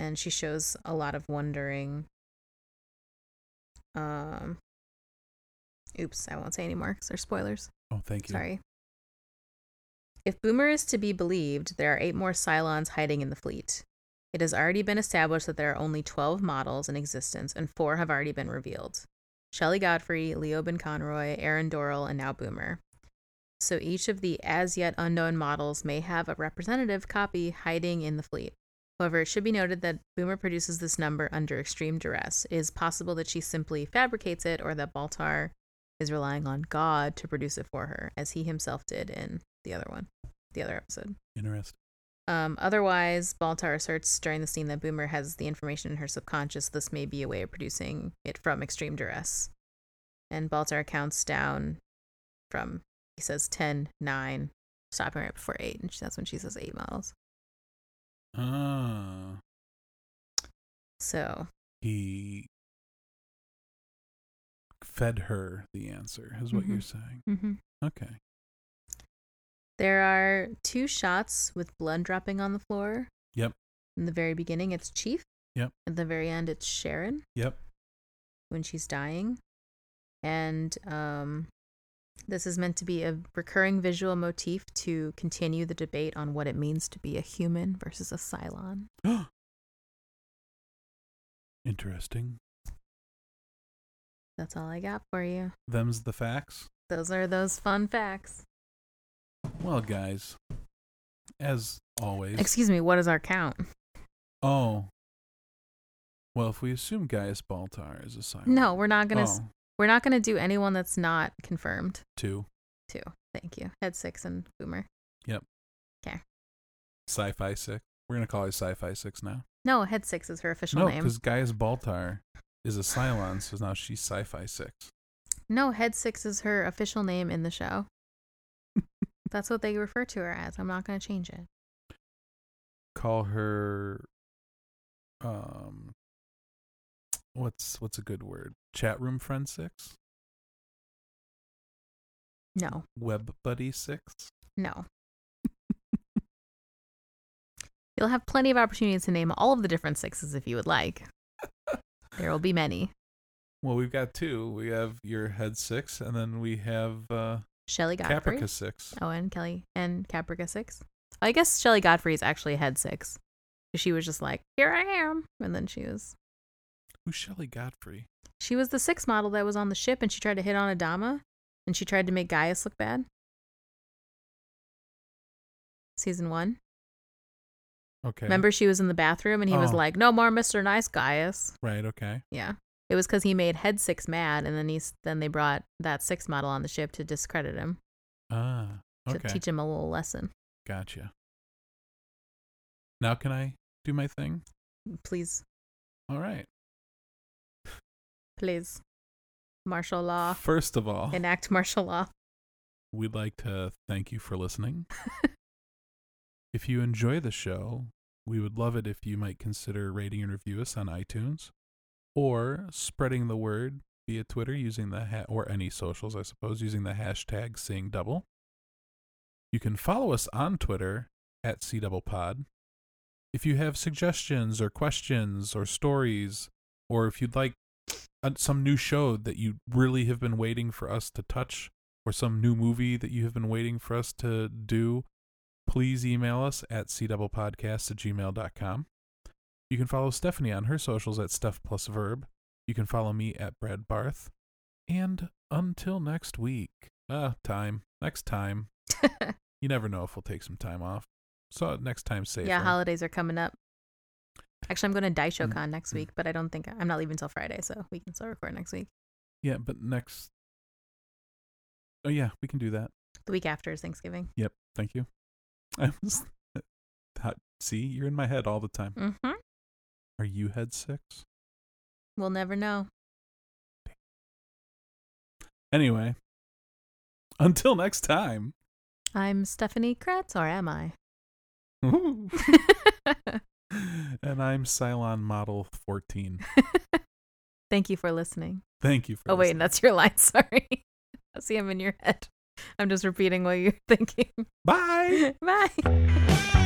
Speaker 2: and she shows a lot of wondering. Um, oops, I won't say anymore because they're spoilers.
Speaker 1: Oh, thank you.
Speaker 2: Sorry. If Boomer is to be believed, there are eight more Cylons hiding in the fleet. It has already been established that there are only 12 models in existence, and four have already been revealed Shelley Godfrey, Leo Ben Conroy, Aaron Doral, and now Boomer. So each of the as yet unknown models may have a representative copy hiding in the fleet. However, it should be noted that Boomer produces this number under extreme duress. It is possible that she simply fabricates it or that Baltar is relying on God to produce it for her, as he himself did in the other one, the other episode.
Speaker 1: Interesting.
Speaker 2: Um, otherwise, Baltar asserts during the scene that Boomer has the information in her subconscious. This may be a way of producing it from extreme duress. And Baltar counts down from, he says 10, 9, stopping right before 8. And that's when she says 8 models.
Speaker 1: Ah,
Speaker 2: So,
Speaker 1: he fed her the answer, is what you're
Speaker 2: Mm-hmm.
Speaker 1: saying. Okay.
Speaker 2: There are two shots with blood dropping on the floor.
Speaker 1: Yep.
Speaker 2: In the very beginning, it's Chief.
Speaker 1: Yep.
Speaker 2: At the very end, it's Sharon
Speaker 1: Yep. (gasps)
Speaker 2: when she's dying. And um, this is meant to be a recurring visual motif to continue the debate on what it means to be a human versus a Cylon.
Speaker 1: Interesting.
Speaker 2: That's all I got for you.
Speaker 1: Them's the facts.
Speaker 2: Those are those fun facts.
Speaker 1: Well, guys, as always.
Speaker 2: Excuse me, what is our count?
Speaker 1: oh, Well, if we assume Gaius Baltar is a silent.
Speaker 2: No, we're not gonna s
Speaker 1: Oh,
Speaker 2: we're not gonna do anyone that's not confirmed.
Speaker 1: two.
Speaker 2: Two. Thank you. Head six and boomer.
Speaker 1: Sci fi six. We're going to call her Sci fi six now.
Speaker 2: No, head six is her official
Speaker 1: No,
Speaker 2: name.
Speaker 1: because Gaius Baltar is a Cylon, so now she's Sci fi six.
Speaker 2: No, head six is her official name in
Speaker 1: (laughs)
Speaker 2: the show. that's what they refer to her as. I'm not gonna change it.
Speaker 1: Call her. Um. What's what's a good word? Chat room friend six,
Speaker 2: No.
Speaker 1: web buddy six.
Speaker 2: No. You'll have plenty of opportunities to name all of the different sixes if you would like.
Speaker 1: (laughs)
Speaker 2: There will be many.
Speaker 1: Well, we've got two. We have your head six, and then we have uh,
Speaker 2: Shelly Godfrey.
Speaker 1: Caprica six.
Speaker 2: Oh, and Kelly and Caprica six. I guess Shelly Godfrey is actually head six. She was just like, "Here I am," and then she was
Speaker 1: Who's Shelley Godfrey?
Speaker 2: she was the six model that was on the ship, and she tried to hit on Adama, and she tried to make Gaius look bad. Season one.
Speaker 1: Okay.
Speaker 2: Remember, she was in the bathroom, and he was
Speaker 1: Oh.
Speaker 2: like, "No more, Mister Nice Gaius."
Speaker 1: Right. Okay.
Speaker 2: Yeah. It was because he made Head Six mad, and then he's then they brought that Six model on the ship to discredit him
Speaker 1: Ah.
Speaker 2: to
Speaker 1: Okay.
Speaker 2: teach him a little lesson.
Speaker 1: Gotcha. Now can I do my thing?
Speaker 2: Please,
Speaker 1: All right.
Speaker 2: please, martial law,
Speaker 1: First of all,
Speaker 2: enact martial law.
Speaker 1: we'd like to thank you for listening. if you enjoy the show, we would love it if you might consider rating and review us on iTunes or spreading the word via Twitter using the ha- or any socials, I suppose, using the hashtag seeing double. You can follow us on Twitter at C double pod. If you have suggestions or questions or stories, or if you'd like uh, some new show that you really have been waiting for us to touch, or some new movie that you have been waiting for us to do, please email us at cdoublepodcast at gmail.com. You can follow Stephanie on her socials at Steph plus Verb. You can follow me at Brad Barth. And until next week, uh, time, next time. you never know if we'll take some time off. So next time, safe.
Speaker 2: yeah,
Speaker 1: right?
Speaker 2: holidays are coming up. Actually, I'm going to DaishoCon next
Speaker 1: Mm.
Speaker 2: week, but I don't think I'm not leaving until Friday, so we can still record next week.
Speaker 1: Yeah, but next. Oh yeah, we can do that.
Speaker 2: The week after is Thanksgiving.
Speaker 1: Yep. Thank you. (laughs) I was. Hot- See, you're in my head all the time.
Speaker 2: Mm-hmm.
Speaker 1: Are you head six?
Speaker 2: We'll never know.
Speaker 1: Anyway, until next time. (laughs)
Speaker 2: I'm Stephanie Kratz, or am I? (laughs)
Speaker 1: and I'm Cylon Model 14.
Speaker 2: Thank you for listening.
Speaker 1: Thank you for.
Speaker 2: Oh wait,
Speaker 1: listening.
Speaker 2: that's your line. (laughs) Sorry. I (laughs) see I'm in your head. I'm just repeating what you're thinking.
Speaker 1: Bye.
Speaker 2: Bye.
Speaker 4: Shane.